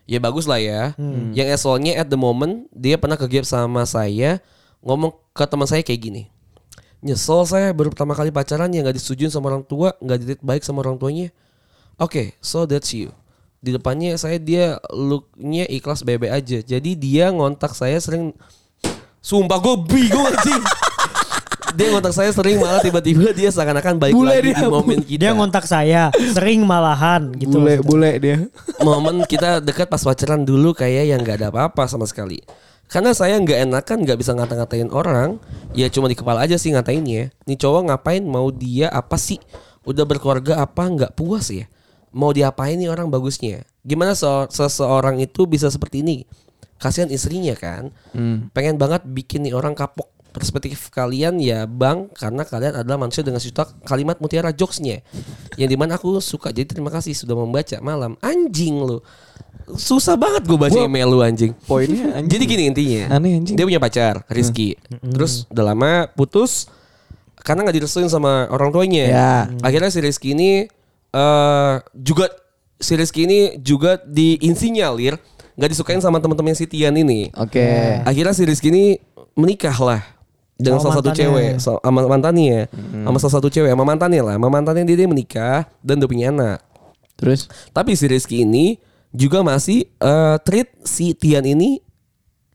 [SPEAKER 3] Ya bagus lah ya.
[SPEAKER 2] Hmm.
[SPEAKER 3] Yang esolnya at the moment dia pernah ke gap sama saya ngomong ke teman saya kayak gini. Nyesel saya baru pertama kali pacaran yang nggak disetujuin sama orang tua, nggak dilihat baik sama orang tuanya. Oke, so that's you. Di depannya saya dia looknya ikhlas bebe aja. Jadi dia ngontak saya sering Sumpah gue bingung anjing dia ngontak saya sering malah tiba-tiba dia seakan-akan baik
[SPEAKER 2] Bule
[SPEAKER 3] lagi
[SPEAKER 2] dia,
[SPEAKER 3] di momen kita.
[SPEAKER 4] Dia ngontak saya, sering malahan gitu.
[SPEAKER 2] bule
[SPEAKER 4] maksudnya.
[SPEAKER 2] bule dia
[SPEAKER 3] momen kita dekat pas pacaran dulu kayak yang nggak ada apa-apa sama sekali. Karena saya nggak enakan nggak bisa ngata-ngatain orang, ya cuma di kepala aja sih ngatainnya. Nih cowok ngapain? Mau dia apa sih? Udah berkeluarga apa? Nggak puas ya? Mau diapain nih orang bagusnya? Gimana se- seseorang itu bisa seperti ini? Kasihan istrinya kan. Pengen banget bikin nih orang kapok. Perspektif kalian ya bang, karena kalian adalah manusia dengan sejuta kalimat mutiara jokesnya. Yang dimana aku suka. Jadi terima kasih sudah membaca malam. Anjing lu. Susah banget gue baca email lu anjing.
[SPEAKER 2] poinnya anjing.
[SPEAKER 3] Jadi gini intinya.
[SPEAKER 2] Aneh, anjing. Hmm.
[SPEAKER 3] Dia punya pacar, Rizky.
[SPEAKER 4] Hmm.
[SPEAKER 3] Terus udah lama putus karena nggak direstuin sama orang tuanya.
[SPEAKER 2] Ya.
[SPEAKER 3] Akhirnya si Rizky ini eh juga si Rizky ini juga diinsinyalir nggak disukain sama teman-temannya si Tian ini.
[SPEAKER 2] Oke.
[SPEAKER 3] Akhirnya si Rizky ini menikah lah dengan
[SPEAKER 4] Sama
[SPEAKER 3] salah satu
[SPEAKER 4] mantannya.
[SPEAKER 3] cewek, so- sama mantannya,
[SPEAKER 2] Hmm.
[SPEAKER 3] sama salah satu cewek, sama mantannya lah, sama mantannya dia, dia menikah dan udah punya anak.
[SPEAKER 2] Terus
[SPEAKER 3] Tapi si Rizky ini juga masih eh, treat si Tian ini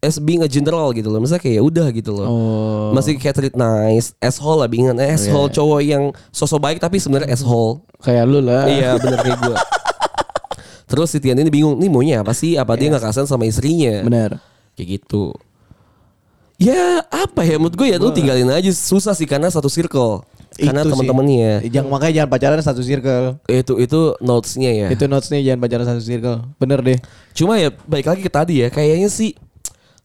[SPEAKER 3] as being a general gitu loh. Misalnya kayak ya udah gitu loh.
[SPEAKER 2] Oh. iya,
[SPEAKER 3] Masih kayak treat nice, asshole lah bingan asshole cowok yang sosok baik tapi
[SPEAKER 2] Hmm.
[SPEAKER 3] sebenarnya asshole.
[SPEAKER 2] kayak lu lah.
[SPEAKER 3] Iya bener kayak gue. Terus si Tian ini bingung, nih maunya apa sih? Apa dia nggak kasihan sama istrinya?
[SPEAKER 2] Iya. Bener.
[SPEAKER 3] Kayak gitu. Ya apa ya menurut gue ya lu tinggalin aja susah sih karena satu circle.
[SPEAKER 2] Itu
[SPEAKER 3] Karena iya.
[SPEAKER 2] sih.
[SPEAKER 3] teman-temannya.
[SPEAKER 2] Jangan makanya jangan pacaran satu circle.
[SPEAKER 3] Itu itu notesnya ya.
[SPEAKER 2] Itu notesnya jangan pacaran satu circle. Bener deh.
[SPEAKER 3] Cuma ya baik lagi ke tadi ya, kayaknya sih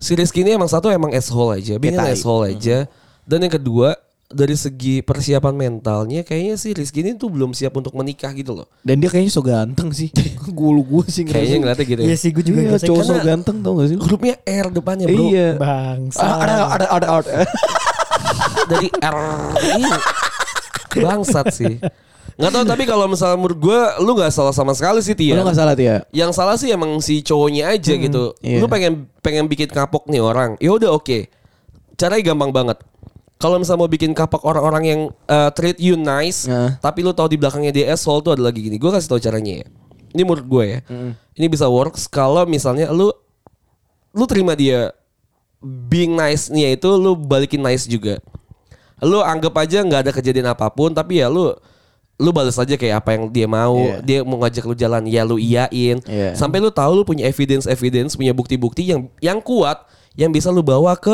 [SPEAKER 3] si Rizky ini emang satu emang asshole aja, bikin
[SPEAKER 2] tai. Hmm.
[SPEAKER 3] asshole aja. Dan yang kedua dari segi persiapan mentalnya kayaknya si Rizky ini tuh belum siap untuk menikah gitu loh.
[SPEAKER 2] Dan dia kayaknya so ganteng sih. Gulu gue sih
[SPEAKER 3] Kayaknya ngeliatnya gitu ya.
[SPEAKER 4] Iya sih gue juga
[SPEAKER 2] Iya,
[SPEAKER 4] ngerasa
[SPEAKER 2] cowok so
[SPEAKER 3] Karena-
[SPEAKER 2] ganteng tau gak sih? lu?
[SPEAKER 3] Hurufnya R depannya bro.
[SPEAKER 2] Iya.
[SPEAKER 4] bangsa.
[SPEAKER 2] Ah, Ada ada ada ada.
[SPEAKER 3] Dari R ini. Bangsat sih. Nggak tahu tapi kalau misalnya menurut gue lu nggak salah sama sekali sih Tia.
[SPEAKER 2] Lu gak salah Tia.
[SPEAKER 3] yang salah sih emang si cowoknya aja gitu.
[SPEAKER 2] iya.
[SPEAKER 3] Lu pengen pengen bikin kapok nih orang. Ya udah oke. Caranya gampang banget. Kalau misalnya mau bikin kapok orang-orang yang uh, treat you nice,
[SPEAKER 2] Nah.
[SPEAKER 3] tapi lu tahu di belakangnya dia asshole tuh ada lagi gini. Gue kasih tau caranya ya. Ini menurut gue ya. Ini bisa works kalau misalnya lu lu terima dia being nice-nya itu lu balikin nice juga. Lu anggap aja nggak ada kejadian apapun tapi ya lu lu balas aja kayak apa yang dia mau.
[SPEAKER 2] Iya.
[SPEAKER 3] Dia mau ngajak lu jalan ya lu iyain.
[SPEAKER 2] Iya.
[SPEAKER 3] Sampai lu tahu lu punya evidence evidence, punya bukti-bukti yang yang kuat yang bisa lu bawa ke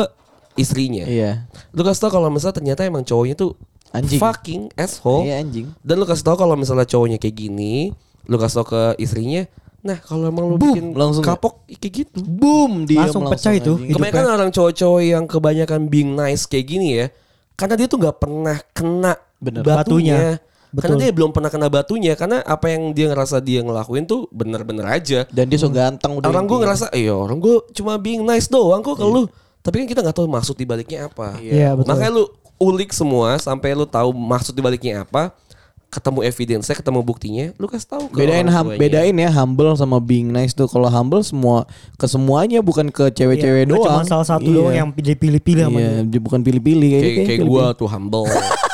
[SPEAKER 3] istrinya.
[SPEAKER 2] Iya.
[SPEAKER 3] Lu kasih tau kalau misalnya ternyata emang cowoknya tuh
[SPEAKER 2] Anjing.
[SPEAKER 3] fucking asshole.
[SPEAKER 2] Iya, anjing.
[SPEAKER 3] Dan lu kasih tau kalau misalnya cowoknya kayak gini, lu kasih tau ke istrinya, nah kalau emang lu
[SPEAKER 2] Boom,
[SPEAKER 3] bikin
[SPEAKER 2] langsung. ya?
[SPEAKER 3] kapok kayak gitu.
[SPEAKER 2] Boom dia
[SPEAKER 4] Langsung pecah itu.
[SPEAKER 3] Kebanyakan orang cowok-cowok yang kebanyakan being nice kayak gini ya, karena dia tuh nggak pernah kena
[SPEAKER 2] Bener.
[SPEAKER 3] batunya.
[SPEAKER 4] Batunya.
[SPEAKER 3] Karena
[SPEAKER 4] Betul.
[SPEAKER 3] dia belum pernah kena batunya, karena apa yang dia ngerasa dia ngelakuin tuh bener-bener aja.
[SPEAKER 2] Dan dia so ganteng udah.
[SPEAKER 3] Hmm. orang gue
[SPEAKER 2] intinya.
[SPEAKER 3] ngerasa, iya orang gue cuma being nice doang kok ke lu. Tapi kan kita nggak tahu maksud dibaliknya apa.
[SPEAKER 4] Iya, betul.
[SPEAKER 3] Makanya lu ulik semua sampai lu tahu maksud dibaliknya apa, ketemu evidence-nya, ketemu buktinya, lu kasih tahu ke
[SPEAKER 2] bedain
[SPEAKER 3] orang
[SPEAKER 2] hum-
[SPEAKER 3] tuanya.
[SPEAKER 2] bedain ya humble sama being nice tuh kalau humble semua ke semuanya bukan ke cewek-cewek
[SPEAKER 4] Gua
[SPEAKER 2] doang
[SPEAKER 4] Cuma salah satu
[SPEAKER 2] Iya.
[SPEAKER 4] doang yang pilih-pilih sama
[SPEAKER 2] iya
[SPEAKER 4] dia.
[SPEAKER 2] dia bukan pilih-pilih kayak,
[SPEAKER 3] kayak, kayak gue tuh humble.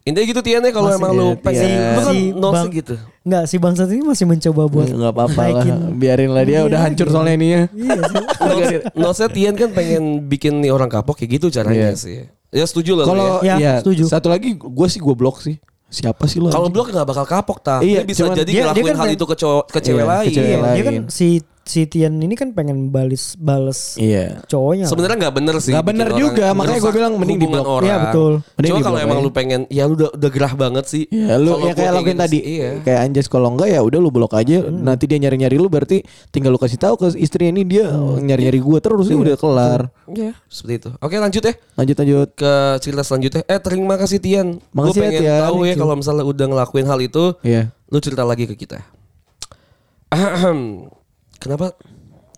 [SPEAKER 3] Intinya gitu Tian ya kalau
[SPEAKER 2] Masih
[SPEAKER 3] emang
[SPEAKER 2] ya,
[SPEAKER 3] lu
[SPEAKER 2] Tian.
[SPEAKER 3] pengen lu kan
[SPEAKER 4] Si
[SPEAKER 3] notes
[SPEAKER 4] Bang-
[SPEAKER 3] gitu.
[SPEAKER 4] Enggak, si bangsat ini masih mencoba buat
[SPEAKER 2] Hmm, nggak apa-apa lah
[SPEAKER 4] naikin.
[SPEAKER 2] biarin lah dia
[SPEAKER 4] Iya,
[SPEAKER 2] udah hancur
[SPEAKER 4] gitu.
[SPEAKER 2] soalnya ininya
[SPEAKER 4] Iya sih.
[SPEAKER 3] Notes- Notesnya Tian kan pengen bikin nih orang kapok kayak gitu caranya
[SPEAKER 2] Iya.
[SPEAKER 3] sih. Ya setuju lah. lu
[SPEAKER 2] kalau
[SPEAKER 3] ya.
[SPEAKER 4] Iya,
[SPEAKER 2] iya,
[SPEAKER 4] setuju.
[SPEAKER 2] satu lagi gue sih gue blok sih siapa sih lo
[SPEAKER 3] kalau
[SPEAKER 2] anjing?
[SPEAKER 3] blok nggak bakal kapok ta.
[SPEAKER 2] Iya,
[SPEAKER 3] Dia bisa
[SPEAKER 2] cuman
[SPEAKER 3] jadi
[SPEAKER 4] dia- dia
[SPEAKER 3] ngelakuin
[SPEAKER 4] kan
[SPEAKER 3] hal
[SPEAKER 4] pengen-
[SPEAKER 3] itu ke cowok ke
[SPEAKER 2] Iya,
[SPEAKER 3] cewek
[SPEAKER 2] ke
[SPEAKER 3] lain.
[SPEAKER 2] cewek
[SPEAKER 4] Iya, dia kan
[SPEAKER 2] lain.
[SPEAKER 4] si si Tian ini kan pengen balis bales
[SPEAKER 2] iya
[SPEAKER 4] cowoknya. lah.
[SPEAKER 3] Sebenarnya nggak bener sih.
[SPEAKER 2] Nggak
[SPEAKER 3] bikin
[SPEAKER 2] bener
[SPEAKER 3] orang
[SPEAKER 2] juga, makanya
[SPEAKER 3] merusak
[SPEAKER 2] gua bilang mending
[SPEAKER 3] hubungan
[SPEAKER 2] diblok.
[SPEAKER 3] orang.
[SPEAKER 4] Iya, betul.
[SPEAKER 2] Mending
[SPEAKER 3] Cuma kalau
[SPEAKER 2] diblok
[SPEAKER 3] emang
[SPEAKER 2] aja.
[SPEAKER 3] lu pengen ya lu udah udah gerah banget sih.
[SPEAKER 2] Ya lu
[SPEAKER 3] Kalau
[SPEAKER 2] ya kayak
[SPEAKER 3] gua
[SPEAKER 2] lakuin
[SPEAKER 3] gitu
[SPEAKER 2] tadi
[SPEAKER 3] sih, Iya.
[SPEAKER 2] kayak anjas kalau enggak ya udah lu blok aja nanti dia nyari-nyari lu berarti tinggal lu kasih tahu ke istri ini dia nyari-nyari gue terus ya udah kelar
[SPEAKER 3] Iya, seperti itu. Oke, lanjut ya.
[SPEAKER 2] lanjut lanjut
[SPEAKER 3] ke cerita selanjutnya. Eh terima kasih Tian. Gue
[SPEAKER 2] Makasih ya,
[SPEAKER 3] pengen
[SPEAKER 2] Tian.
[SPEAKER 3] tahu ya
[SPEAKER 2] Thank you.
[SPEAKER 3] kalau misalnya udah ngelakuin hal itu,
[SPEAKER 2] Iya.
[SPEAKER 3] lu cerita lagi ke kita. Ahem. Kenapa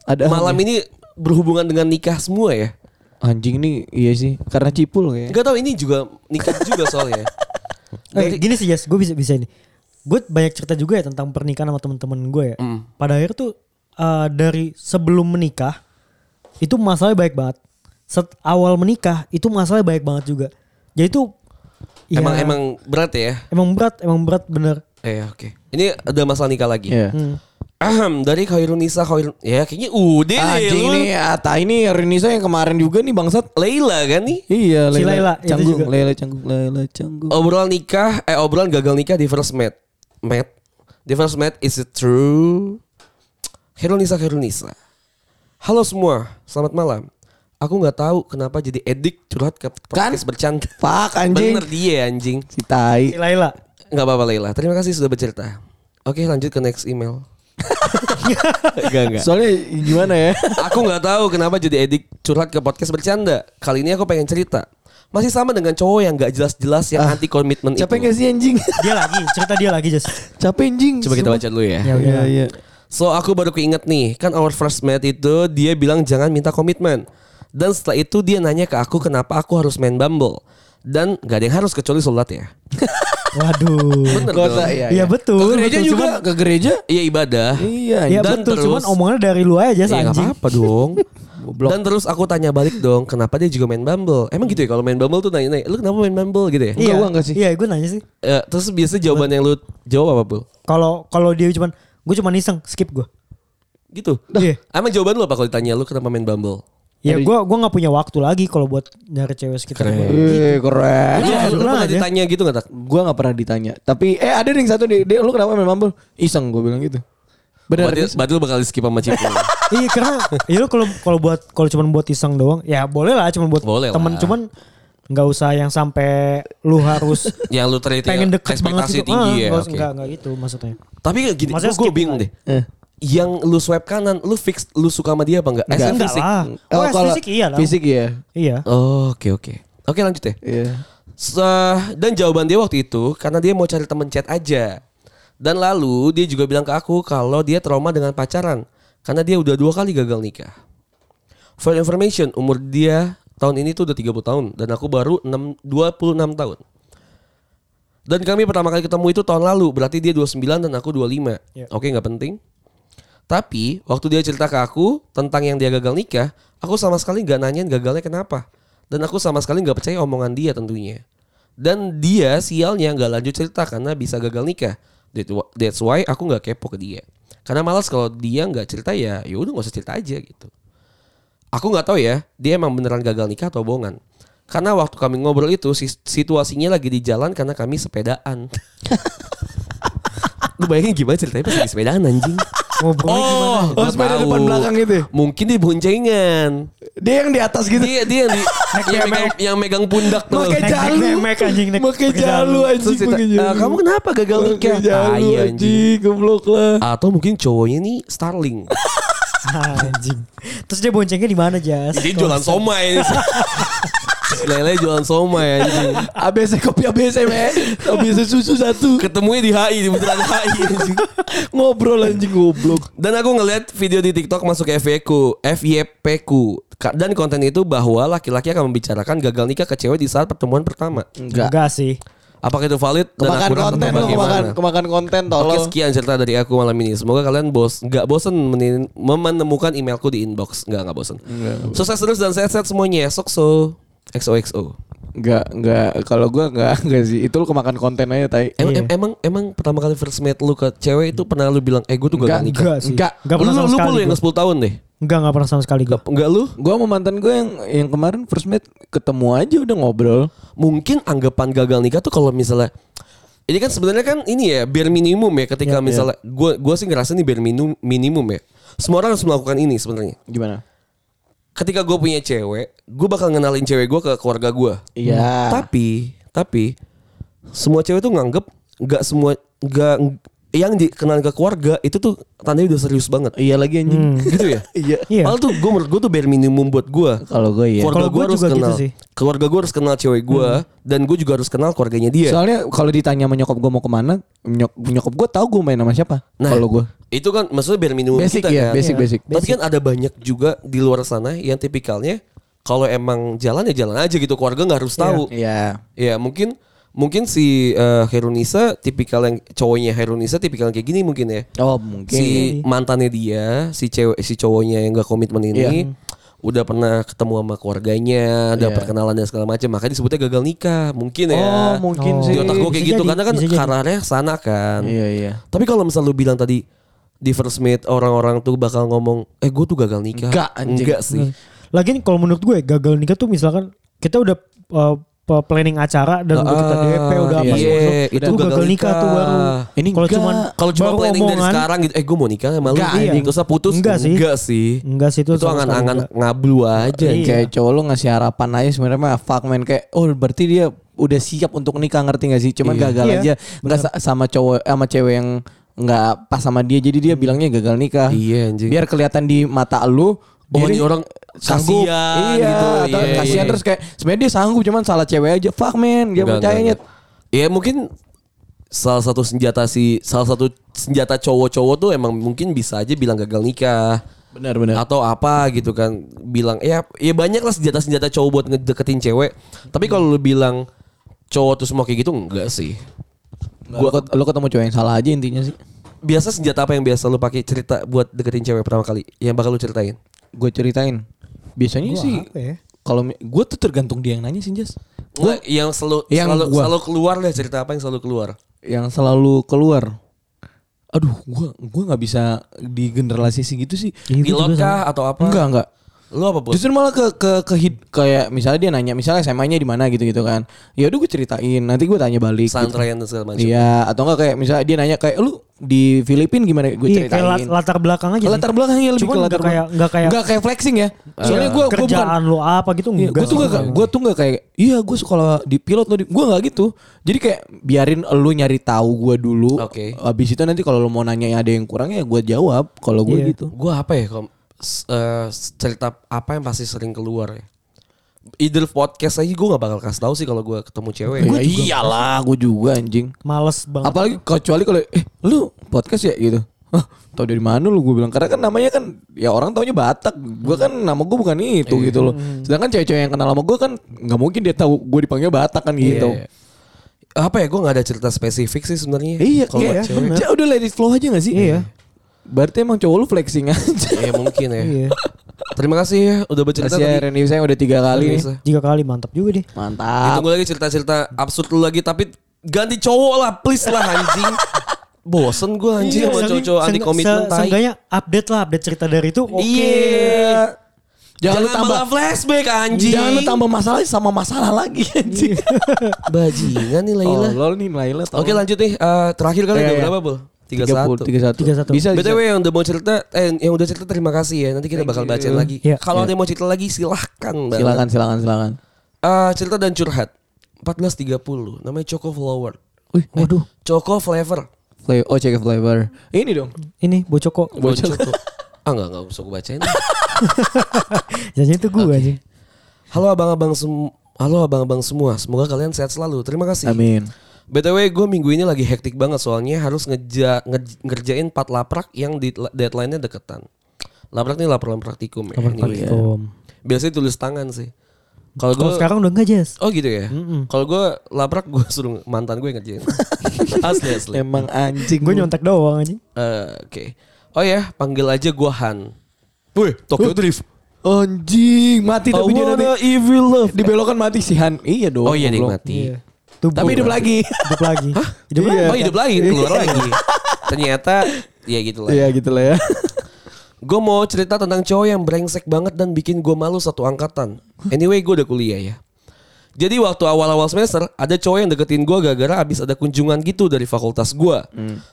[SPEAKER 2] ada ya?
[SPEAKER 3] malam ini berhubungan dengan nikah semua ya?
[SPEAKER 2] Anjing nih iya sih karena cipul kayak.
[SPEAKER 3] Gak tahu ini juga nikah juga soalnya.
[SPEAKER 4] Eh, gini sih Jas, gue bisa bisa ini. Gue banyak cerita juga ya tentang pernikahan sama temen-temen gue ya.
[SPEAKER 2] Hmm.
[SPEAKER 4] Pada akhirnya tuh eh, dari sebelum menikah itu masalahnya baik banget. Set awal menikah itu masalahnya baik banget juga. Jadi tuh
[SPEAKER 2] iya.
[SPEAKER 4] ya,
[SPEAKER 3] Emang emang berat ya?
[SPEAKER 4] emang berat, emang berat bener.
[SPEAKER 3] Eh oke. Ini ada masalah nikah lagi.
[SPEAKER 2] Iya.
[SPEAKER 4] Hmm.
[SPEAKER 3] Ahem, dari Khairunisa Khairun ya kayaknya udah deh
[SPEAKER 2] Ah, Anjing
[SPEAKER 3] lu.
[SPEAKER 2] ini Ata ini Renisa yang kemarin juga nih bangsat.
[SPEAKER 3] Leila kan nih
[SPEAKER 2] Iya,
[SPEAKER 4] Si Laila,
[SPEAKER 2] Laila
[SPEAKER 4] itu
[SPEAKER 2] Canggung,
[SPEAKER 4] juga.
[SPEAKER 2] Laila Canggung, Laila Canggung.
[SPEAKER 3] obrolan nikah eh obrolan gagal nikah di first met met di first met is it true Herunisa Herunisa halo semua selamat malam aku nggak tahu kenapa jadi edik curhat ke podcast bercanda
[SPEAKER 2] Fuck anjing.
[SPEAKER 3] bener dia anjing
[SPEAKER 2] Si tai.
[SPEAKER 4] Si Laila.
[SPEAKER 3] nggak apa-apa Leila terima kasih sudah bercerita oke lanjut ke next email Enggak, enggak.
[SPEAKER 2] Soalnya gimana ya?
[SPEAKER 3] Aku nggak tahu kenapa jadi edik curhat ke podcast bercanda. Kali ini aku pengen cerita. Masih sama dengan cowok yang nggak jelas-jelas yang anti komitmen itu.
[SPEAKER 2] Capek gak sih anjing?
[SPEAKER 4] Dia lagi, cerita dia lagi Jess.
[SPEAKER 2] Capek anjing.
[SPEAKER 3] Coba kita baca dulu ya.
[SPEAKER 4] Ya
[SPEAKER 2] Iya,
[SPEAKER 4] udah.
[SPEAKER 2] iya.
[SPEAKER 3] So aku baru keinget nih, kan our first met itu dia bilang jangan minta komitmen. Dan setelah itu dia nanya ke aku kenapa aku harus main Bumble. Dan gak ada yang harus kecuali sholat ya.
[SPEAKER 4] Waduh.
[SPEAKER 3] Bener
[SPEAKER 2] Kota
[SPEAKER 3] dong.
[SPEAKER 2] ya.
[SPEAKER 4] Iya betul.
[SPEAKER 2] Ke gereja
[SPEAKER 4] betul,
[SPEAKER 2] juga,
[SPEAKER 4] cuman-
[SPEAKER 2] ke gereja.
[SPEAKER 3] Iya ibadah.
[SPEAKER 2] Iya,
[SPEAKER 4] Iya
[SPEAKER 2] anjing.
[SPEAKER 3] Dan
[SPEAKER 4] betul,
[SPEAKER 3] terus-
[SPEAKER 4] cuman omongannya dari lu aja Jess
[SPEAKER 3] Iya gak
[SPEAKER 4] anjing.
[SPEAKER 3] apa-apa dong.
[SPEAKER 2] Goblok.
[SPEAKER 3] Dan terus aku tanya balik dong kenapa dia juga main Bumble. Emang gitu ya kalau main Bumble tuh nanya-nanya, lu kenapa main Bumble gitu ya?
[SPEAKER 2] Enggak, gua enggak sih.
[SPEAKER 4] Iya, gue nanya sih.
[SPEAKER 3] Eh, terus biasa jawaban yang lu jawab apa, Bu?
[SPEAKER 4] Kalau kalau dia cuman gue cuman iseng, skip gue.
[SPEAKER 3] Gitu.
[SPEAKER 4] Iya.
[SPEAKER 3] Emang jawaban lu apa kalau ditanya lu kenapa main Bumble?
[SPEAKER 4] Ya gue gua nggak punya waktu lagi kalau buat nyari cewek sekitar
[SPEAKER 3] Keren.
[SPEAKER 4] gua. Iya,
[SPEAKER 2] Eh, keren.
[SPEAKER 3] Lu- lu
[SPEAKER 4] jujur
[SPEAKER 3] pernah
[SPEAKER 4] aja.
[SPEAKER 3] ditanya gitu gak tak?
[SPEAKER 2] Gua nggak pernah ditanya. Tapi eh ada nih yang satu nih, dia lu kenapa main Bumble? Iseng gua bilang gitu. Benar.
[SPEAKER 3] Berarti, berarti lu bakal di skip sama Cipu.
[SPEAKER 4] iya karena ya lu kalau kalau buat kalau cuman buat iseng doang ya boleh lah cuman buat
[SPEAKER 3] Boleh
[SPEAKER 4] temen
[SPEAKER 3] lah.
[SPEAKER 4] cuman nggak usah yang sampai lu harus
[SPEAKER 3] yang lu ternyata
[SPEAKER 4] pengen deket banget
[SPEAKER 3] ekspektasi
[SPEAKER 4] gitu.
[SPEAKER 3] tinggi ya.
[SPEAKER 4] nggak usah-
[SPEAKER 3] oke.
[SPEAKER 4] nggak nggak gitu maksudnya
[SPEAKER 3] Tapi kayak gini,
[SPEAKER 4] Maksudnya
[SPEAKER 3] gue
[SPEAKER 4] skip
[SPEAKER 3] bingung
[SPEAKER 4] aja.
[SPEAKER 3] deh.
[SPEAKER 2] Eh.
[SPEAKER 3] Yang lu swipe kanan, lu fix lu suka sama dia apa enggak?
[SPEAKER 4] Enggak.
[SPEAKER 3] As in
[SPEAKER 4] Enggak
[SPEAKER 3] fisik.
[SPEAKER 4] lah. Oh, es fisik iya lah.
[SPEAKER 2] Eh, Fisik iya.
[SPEAKER 4] iya
[SPEAKER 3] Oh, oke oke. Oke lanjut ya.
[SPEAKER 2] Iya.
[SPEAKER 3] Se- dan jawaban dia waktu itu karena dia mau cari temen chat aja. Dan lalu dia juga bilang ke aku kalau dia trauma dengan pacaran karena dia udah dua kali gagal nikah. For information, umur dia tahun ini tuh udah 30 tahun dan aku baru 6, 26 tahun. Dan kami pertama kali ketemu itu tahun lalu, berarti dia 29 dan aku 25.
[SPEAKER 4] Iya.
[SPEAKER 3] Oke, nggak penting. Tapi waktu dia cerita ke aku tentang yang dia gagal nikah, aku sama sekali nggak nanyain gagalnya kenapa. Dan aku sama sekali nggak percaya omongan dia tentunya. Dan dia sialnya nggak lanjut cerita karena bisa gagal nikah. That wa- That's why aku nggak kepo ke dia. Karena malas kalau dia nggak cerita ya, ya udah nggak usah cerita aja gitu. Aku nggak tahu ya, dia emang beneran gagal nikah atau bohongan. Karena waktu kami ngobrol itu sis- situasinya lagi di jalan karena kami sepedaan. Lu bayangin gimana ceritanya pas lagi sepedaan anjing.
[SPEAKER 4] ngobrolnya gimana
[SPEAKER 2] Oh,
[SPEAKER 3] gua ya?
[SPEAKER 2] sepeda
[SPEAKER 3] tahu.
[SPEAKER 2] depan belakang gitu ya?
[SPEAKER 3] Mungkin dia boncengan.
[SPEAKER 2] Dia yang di atas gitu.
[SPEAKER 3] Dia dia yang, di, yang, megang, yang megang pundak tuh.
[SPEAKER 2] Pakai
[SPEAKER 4] Nek,
[SPEAKER 2] jalu.
[SPEAKER 4] nek, nek, anjing, nek.
[SPEAKER 2] Pakai
[SPEAKER 4] Pakai
[SPEAKER 2] jalu
[SPEAKER 4] jalu.
[SPEAKER 2] anjing.
[SPEAKER 3] Terus cerita,
[SPEAKER 2] pakai
[SPEAKER 3] "Eh, kamu kenapa gagal nikah?
[SPEAKER 2] Pakai jalu
[SPEAKER 3] Tai,
[SPEAKER 2] anjing. Goblok lah.
[SPEAKER 3] Atau mungkin cowoknya nih Starling.
[SPEAKER 4] Ah, anjing terus dia boncengnya di mana jas
[SPEAKER 3] Jadi jualan somai. Lele jualan somai anjing.
[SPEAKER 2] ABC kopi ABC me. ABC susu satu.
[SPEAKER 3] Ketemunya di HI, di bundaran HI anjing.
[SPEAKER 2] Ngobrol anjing goblok.
[SPEAKER 3] Dan aku ngeliat video di TikTok masuk ke FYP ku, FYP ku. Ka- Dan konten itu bahwa laki-laki akan membicarakan gagal nikah ke cewek di saat pertemuan pertama.
[SPEAKER 2] Enggak.
[SPEAKER 4] enggak sih
[SPEAKER 3] Apakah itu valid dan
[SPEAKER 2] Kemakan
[SPEAKER 3] akurat atau
[SPEAKER 2] Hmm. konten lu, kemakan
[SPEAKER 3] bagaimana?
[SPEAKER 2] kemakan konten
[SPEAKER 3] Oke
[SPEAKER 2] tolong.
[SPEAKER 3] sekian cerita dari aku malam ini. Semoga kalian bos nggak bosen menin- menemukan emailku di inbox. Nggak nggak bosen. Sukses terus dan sehat-sehat semuanya. ya. Sokso. XOXO.
[SPEAKER 2] Enggak, enggak. Kalau gua enggak enggak sih. Itu lu kemakan konten aja tai.
[SPEAKER 3] Em-
[SPEAKER 4] Iya.
[SPEAKER 3] em- emang emang pertama kali first mate lu ke cewek itu pernah lu bilang eh gue tuh
[SPEAKER 2] Enggak,
[SPEAKER 3] gagal nikah.
[SPEAKER 4] enggak sih
[SPEAKER 2] Enggak.
[SPEAKER 4] enggak
[SPEAKER 3] lu
[SPEAKER 4] pernah
[SPEAKER 3] lu,
[SPEAKER 4] sama
[SPEAKER 3] lu
[SPEAKER 4] sekali
[SPEAKER 3] mulu yang
[SPEAKER 4] gua.
[SPEAKER 3] ke 10 tahun deh.
[SPEAKER 4] enggak enggak pernah sama sekali gue
[SPEAKER 3] Enggak lu?
[SPEAKER 2] Gua sama mantan gua yang yang kemarin first mate ketemu aja udah ngobrol.
[SPEAKER 3] Mungkin anggapan gagal nikah tuh kalau misalnya ini kan sebenarnya kan ini ya bare minimum
[SPEAKER 4] Iya,
[SPEAKER 3] ya ketika misalnya gue gua sih ngerasa ini bare minimum minimum ya. Semua orang harus melakukan ini sebenarnya.
[SPEAKER 2] Gimana?
[SPEAKER 3] ketika gue punya cewek, gue bakal ngenalin cewek gue ke keluarga gue.
[SPEAKER 2] Iya.
[SPEAKER 3] Tapi, tapi semua cewek tuh nganggep nggak semua nggak yang dikenalin ke keluarga itu tuh tandanya udah serius banget.
[SPEAKER 2] Iya lagi anjing.
[SPEAKER 3] Gitu ya.
[SPEAKER 2] Iya.
[SPEAKER 4] Hmm. Iya.
[SPEAKER 3] Padahal tuh gue menurut gue tuh bare minimum buat gue.
[SPEAKER 2] Kalau gua iya.
[SPEAKER 3] Keluarga
[SPEAKER 4] Kalau
[SPEAKER 3] gue
[SPEAKER 4] gua
[SPEAKER 3] harus
[SPEAKER 4] juga gitu
[SPEAKER 3] kenal.
[SPEAKER 4] sih. Hmm.
[SPEAKER 3] Keluarga gue harus kenal cewek gue dan gue juga harus kenal keluarganya dia.
[SPEAKER 2] Soalnya kalau ditanya sama nyokap gue mau kemana, nyok nyokap gue tahu gue main sama siapa. kalau gue
[SPEAKER 3] itu kan maksudnya bare minimum
[SPEAKER 2] basic
[SPEAKER 3] kita
[SPEAKER 2] ya,
[SPEAKER 3] kan.
[SPEAKER 4] Iya.
[SPEAKER 2] basic basic.
[SPEAKER 3] Tapi kan ada banyak juga di luar sana yang tipikalnya kalau emang jalan ya jalan aja gitu keluarga nggak harus tahu.
[SPEAKER 2] Iya.
[SPEAKER 3] Ya mungkin mungkin si eh, Herunisa tipikal yang cowoknya Herunisa tipikal yang kayak gini mungkin ya.
[SPEAKER 2] Oh mungkin.
[SPEAKER 3] Si mantannya dia, si cewek si cowoknya yang gak komitmen ini udah pernah ketemu sama keluarganya, ada
[SPEAKER 2] Iya.
[SPEAKER 3] perkenalan dan segala macam, makanya disebutnya gagal nikah. Mungkin ya.
[SPEAKER 2] oh mungkin
[SPEAKER 4] Oh.
[SPEAKER 2] sih.
[SPEAKER 3] Di otak gue
[SPEAKER 4] Bisa
[SPEAKER 3] kayak gitu
[SPEAKER 4] jadi,
[SPEAKER 3] karena kan
[SPEAKER 4] bisa jadi.
[SPEAKER 3] karirnya sana kan.
[SPEAKER 2] Iya iya.
[SPEAKER 3] Tapi kalau misal lu bilang tadi di first meet orang-orang tuh bakal ngomong, eh gue tuh gagal nikah.
[SPEAKER 2] Enggak, anjing.
[SPEAKER 3] Enggak sih.
[SPEAKER 4] Lagian kalau menurut gue gagal nikah tuh misalkan kita udah uh, pe- planning acara dan udah kita
[SPEAKER 3] Ah,
[SPEAKER 4] DP udah apa
[SPEAKER 3] iya,
[SPEAKER 4] semua semua,
[SPEAKER 3] itu
[SPEAKER 4] tuh gagal nikah tuh baru.
[SPEAKER 2] Ini
[SPEAKER 4] kalau
[SPEAKER 2] enggak.
[SPEAKER 4] cuman
[SPEAKER 3] Kalau cuma
[SPEAKER 4] baru
[SPEAKER 3] planning dari
[SPEAKER 4] omongan,
[SPEAKER 3] sekarang gitu, eh gue mau nikah sama lu.
[SPEAKER 2] Enggak,
[SPEAKER 3] Iya.
[SPEAKER 4] anjing.
[SPEAKER 3] Terus putus.
[SPEAKER 4] Enggak sih.
[SPEAKER 3] Enggak sih.
[SPEAKER 4] Enggak sih itu
[SPEAKER 3] Itu
[SPEAKER 4] sama sekali
[SPEAKER 3] angan-angan
[SPEAKER 4] enggak.
[SPEAKER 3] ngablu aja.
[SPEAKER 4] Iya.
[SPEAKER 2] Kayak cowok lu ngasih harapan aja sebenarnya mah fuck man kayak oh berarti dia udah siap untuk nikah ngerti gak sih? Cuman gagal
[SPEAKER 4] Iya,
[SPEAKER 2] aja. Enggak sa- sama cowok sama cewek yang nggak pas sama dia jadi dia bilangnya gagal nikah.
[SPEAKER 3] Iya, anjing.
[SPEAKER 2] Biar kelihatan di mata lu
[SPEAKER 3] Oh, ini orang
[SPEAKER 2] sanggup.
[SPEAKER 3] kasihan
[SPEAKER 2] iya,
[SPEAKER 3] gitu.
[SPEAKER 2] atau
[SPEAKER 3] Iya,
[SPEAKER 2] kasihan
[SPEAKER 3] iya.
[SPEAKER 2] terus kayak sebenarnya dia sanggup cuman salah cewek aja. Fuck man, dia
[SPEAKER 3] Enggak,
[SPEAKER 2] percayanya.
[SPEAKER 3] enggak, enggak. Ya mungkin salah satu senjata si salah satu senjata cowok-cowok tuh emang mungkin bisa aja bilang gagal nikah
[SPEAKER 2] Benar benar.
[SPEAKER 3] atau apa gitu kan bilang ya ya banyak lah senjata-senjata cowok buat ngedeketin cewek tapi kalau lu bilang cowok tuh semua kayak gitu enggak sih
[SPEAKER 2] Gua lu ketemu cowok yang salah aja intinya sih.
[SPEAKER 3] biasa senjata apa yang biasa lu pakai cerita buat deketin cewek pertama kali yang bakal lu ceritain
[SPEAKER 2] Gue ceritain. Biasanya
[SPEAKER 4] Wah,
[SPEAKER 2] sih
[SPEAKER 4] apa ya?
[SPEAKER 2] kalau gue tuh tergantung dia yang nanya sih Jas.
[SPEAKER 3] Enggak, yang selalu
[SPEAKER 2] yang
[SPEAKER 3] selalu,
[SPEAKER 2] gua.
[SPEAKER 3] selalu keluar deh cerita apa yang selalu keluar
[SPEAKER 2] yang selalu keluar. Aduh, gua gua nggak bisa digeneralisasi gitu sih.
[SPEAKER 4] Iya, gua
[SPEAKER 3] pilot
[SPEAKER 4] juga sama.
[SPEAKER 3] kah atau apa
[SPEAKER 2] Enggak, enggak.
[SPEAKER 3] lu apa buat
[SPEAKER 2] Justru malah ke ke ke hid- kayak misalnya dia nanya, misalnya SMA-nya di mana gitu-gitu kan. Ya udah gue ceritain, nanti gue tanya balik. gitu.
[SPEAKER 3] santrayan dan segala macam
[SPEAKER 2] Iya, atau enggak kayak misalnya dia nanya kayak lu di Filipina gimana gue
[SPEAKER 4] Iya, kayak
[SPEAKER 2] ceritain.
[SPEAKER 4] lat- latar belakang aja. sih.
[SPEAKER 2] latar belakangnya lebih
[SPEAKER 4] Cuman
[SPEAKER 2] ke
[SPEAKER 4] nggak
[SPEAKER 2] latar
[SPEAKER 4] kayak-
[SPEAKER 2] belakang.
[SPEAKER 4] nggak kayak-
[SPEAKER 2] Nggak kayak flexing ya. Soalnya gue gue bukan
[SPEAKER 4] kerjaan lo apa gitu
[SPEAKER 2] Iya,
[SPEAKER 4] enggak.
[SPEAKER 2] gue tuh gak, gue tuh gak kayak, iya gue sekolah di pilot lo di, gue gak gitu. Jadi kayak biarin lu nyari tahu gue dulu.
[SPEAKER 3] Oke.
[SPEAKER 2] Habis itu nanti kalau lu mau nanya ada yang kurangnya ya gue jawab. Kalau gue
[SPEAKER 4] Iya.
[SPEAKER 2] gitu.
[SPEAKER 3] Gua apa ya kom s- eh, cerita apa yang pasti sering keluar ya either podcast aja gue gak bakal kasih tahu sih kalau gue ketemu cewek Iya,
[SPEAKER 2] Ya iyalah, gue juga anjing.
[SPEAKER 4] Males banget.
[SPEAKER 2] Apalagi kecuali kalau, eh lu podcast ya gitu. Hah, tau dari mana lu gue bilang karena kan namanya kan ya orang taunya Batak gue kan nama gue bukan itu gitu loh sedangkan cewek-cewek yang kenal sama gue kan nggak mungkin dia tahu gue dipanggil Batak kan gitu
[SPEAKER 3] apa ya gue gak ada cerita spesifik sih sebenarnya
[SPEAKER 2] Iya,
[SPEAKER 3] kalau
[SPEAKER 2] iya,
[SPEAKER 3] buat cewek
[SPEAKER 2] Ya udah let it flow aja gak sih? Iya. Berarti emang cowok lu flexing aja.
[SPEAKER 3] ya mungkin ya
[SPEAKER 4] Iya.
[SPEAKER 3] terima kasih ya udah bercerita
[SPEAKER 2] Kasih ya
[SPEAKER 3] tadi
[SPEAKER 2] Randy saya udah tiga kali nih.
[SPEAKER 3] Nisa.
[SPEAKER 4] Tiga kali mantap juga deh.
[SPEAKER 2] Mantap.
[SPEAKER 3] Ditunggu lagi cerita-cerita absurd lu lagi tapi ganti cowok lah please lah anjing. Bosen gue
[SPEAKER 2] Iya,
[SPEAKER 4] Iya,
[SPEAKER 3] anjing sama cowok-cowok anti komitmen tai. Iya.
[SPEAKER 4] Seenggaknya update lah, update cerita dari itu. Oke.
[SPEAKER 2] Jangan,
[SPEAKER 3] Jangan,
[SPEAKER 2] lu tambah
[SPEAKER 3] malah flashback anjing.
[SPEAKER 2] Jangan lu tambah masalah sama masalah lagi anjing.
[SPEAKER 3] bajingan nih Laila.
[SPEAKER 2] oh, lo Iya. nih Laila tau.
[SPEAKER 3] Oke lanjut nih eh, terakhir kali
[SPEAKER 2] Iya,
[SPEAKER 3] udah
[SPEAKER 2] iya.
[SPEAKER 3] berapa, Bul?
[SPEAKER 2] 31. Bisa,
[SPEAKER 4] 31.
[SPEAKER 3] 31.
[SPEAKER 2] bisa.
[SPEAKER 3] BTW yang udah mau cerita eh yang udah cerita terima kasih ya. Nanti kita bakal bacain lagi.
[SPEAKER 4] Iya.
[SPEAKER 3] Kalau ada yang mau cerita lagi silahkan banget.
[SPEAKER 2] Silakan, silakan, silakan.
[SPEAKER 3] Eh, cerita dan curhat. 14.30 namanya Choco Flower. Eh,
[SPEAKER 2] Wih, waduh.
[SPEAKER 3] Choco Flavor.
[SPEAKER 2] Flavor, oh check flavor. Ini dong.
[SPEAKER 4] Ini bocoko.
[SPEAKER 3] Bocor tuh. Ah enggak enggak usah gue bacain.
[SPEAKER 4] Jangan itu gue aja.
[SPEAKER 3] Halo abang-abang sem Halo abang-abang semua, semoga kalian sehat selalu. Terima kasih.
[SPEAKER 2] Amin.
[SPEAKER 3] BTW gue minggu ini lagi hektik banget soalnya harus ngeja nge- ngerjain 4 laprak yang di- deadline-nya deketan. Laprak nih laporan praktikum ya.
[SPEAKER 4] Lapor
[SPEAKER 3] anyway.
[SPEAKER 4] praktikum.
[SPEAKER 3] Biasanya tulis tangan sih. Kalau
[SPEAKER 4] Kalau
[SPEAKER 3] gue
[SPEAKER 4] sekarang udah enggak Jas.
[SPEAKER 3] Oh gitu ya. Kalau gue laprak gue suruh mantan gue ngerjain. asli asli.
[SPEAKER 2] Emang anjing.
[SPEAKER 4] Gue nyontek doang aja.
[SPEAKER 3] Eh, Oke. Oh ya, panggil aja gue Han. Wih, Tokyo Drift.
[SPEAKER 2] Anjing, mati
[SPEAKER 3] I
[SPEAKER 2] tapi dia nanti.
[SPEAKER 3] wanna evil love.
[SPEAKER 2] Dibelokan mati sih Han. Iya dong.
[SPEAKER 3] Oh iya
[SPEAKER 2] goblok. Iya.
[SPEAKER 3] nikmati.
[SPEAKER 4] Tubuh.
[SPEAKER 2] Tapi hidup lagi.
[SPEAKER 4] Hidup lagi. Iya. Hidup lagi.
[SPEAKER 3] Oh hidup lagi, keluar lagi. Ternyata ya gitu lah.
[SPEAKER 2] Iya gitu lah ya.
[SPEAKER 3] Gue mau cerita tentang cowok yang brengsek banget dan bikin gue malu satu angkatan. Anyway, gue udah kuliah ya. Jadi waktu awal-awal semester ada cowok yang deketin gue gara-gara abis ada kunjungan gitu dari fakultas gue.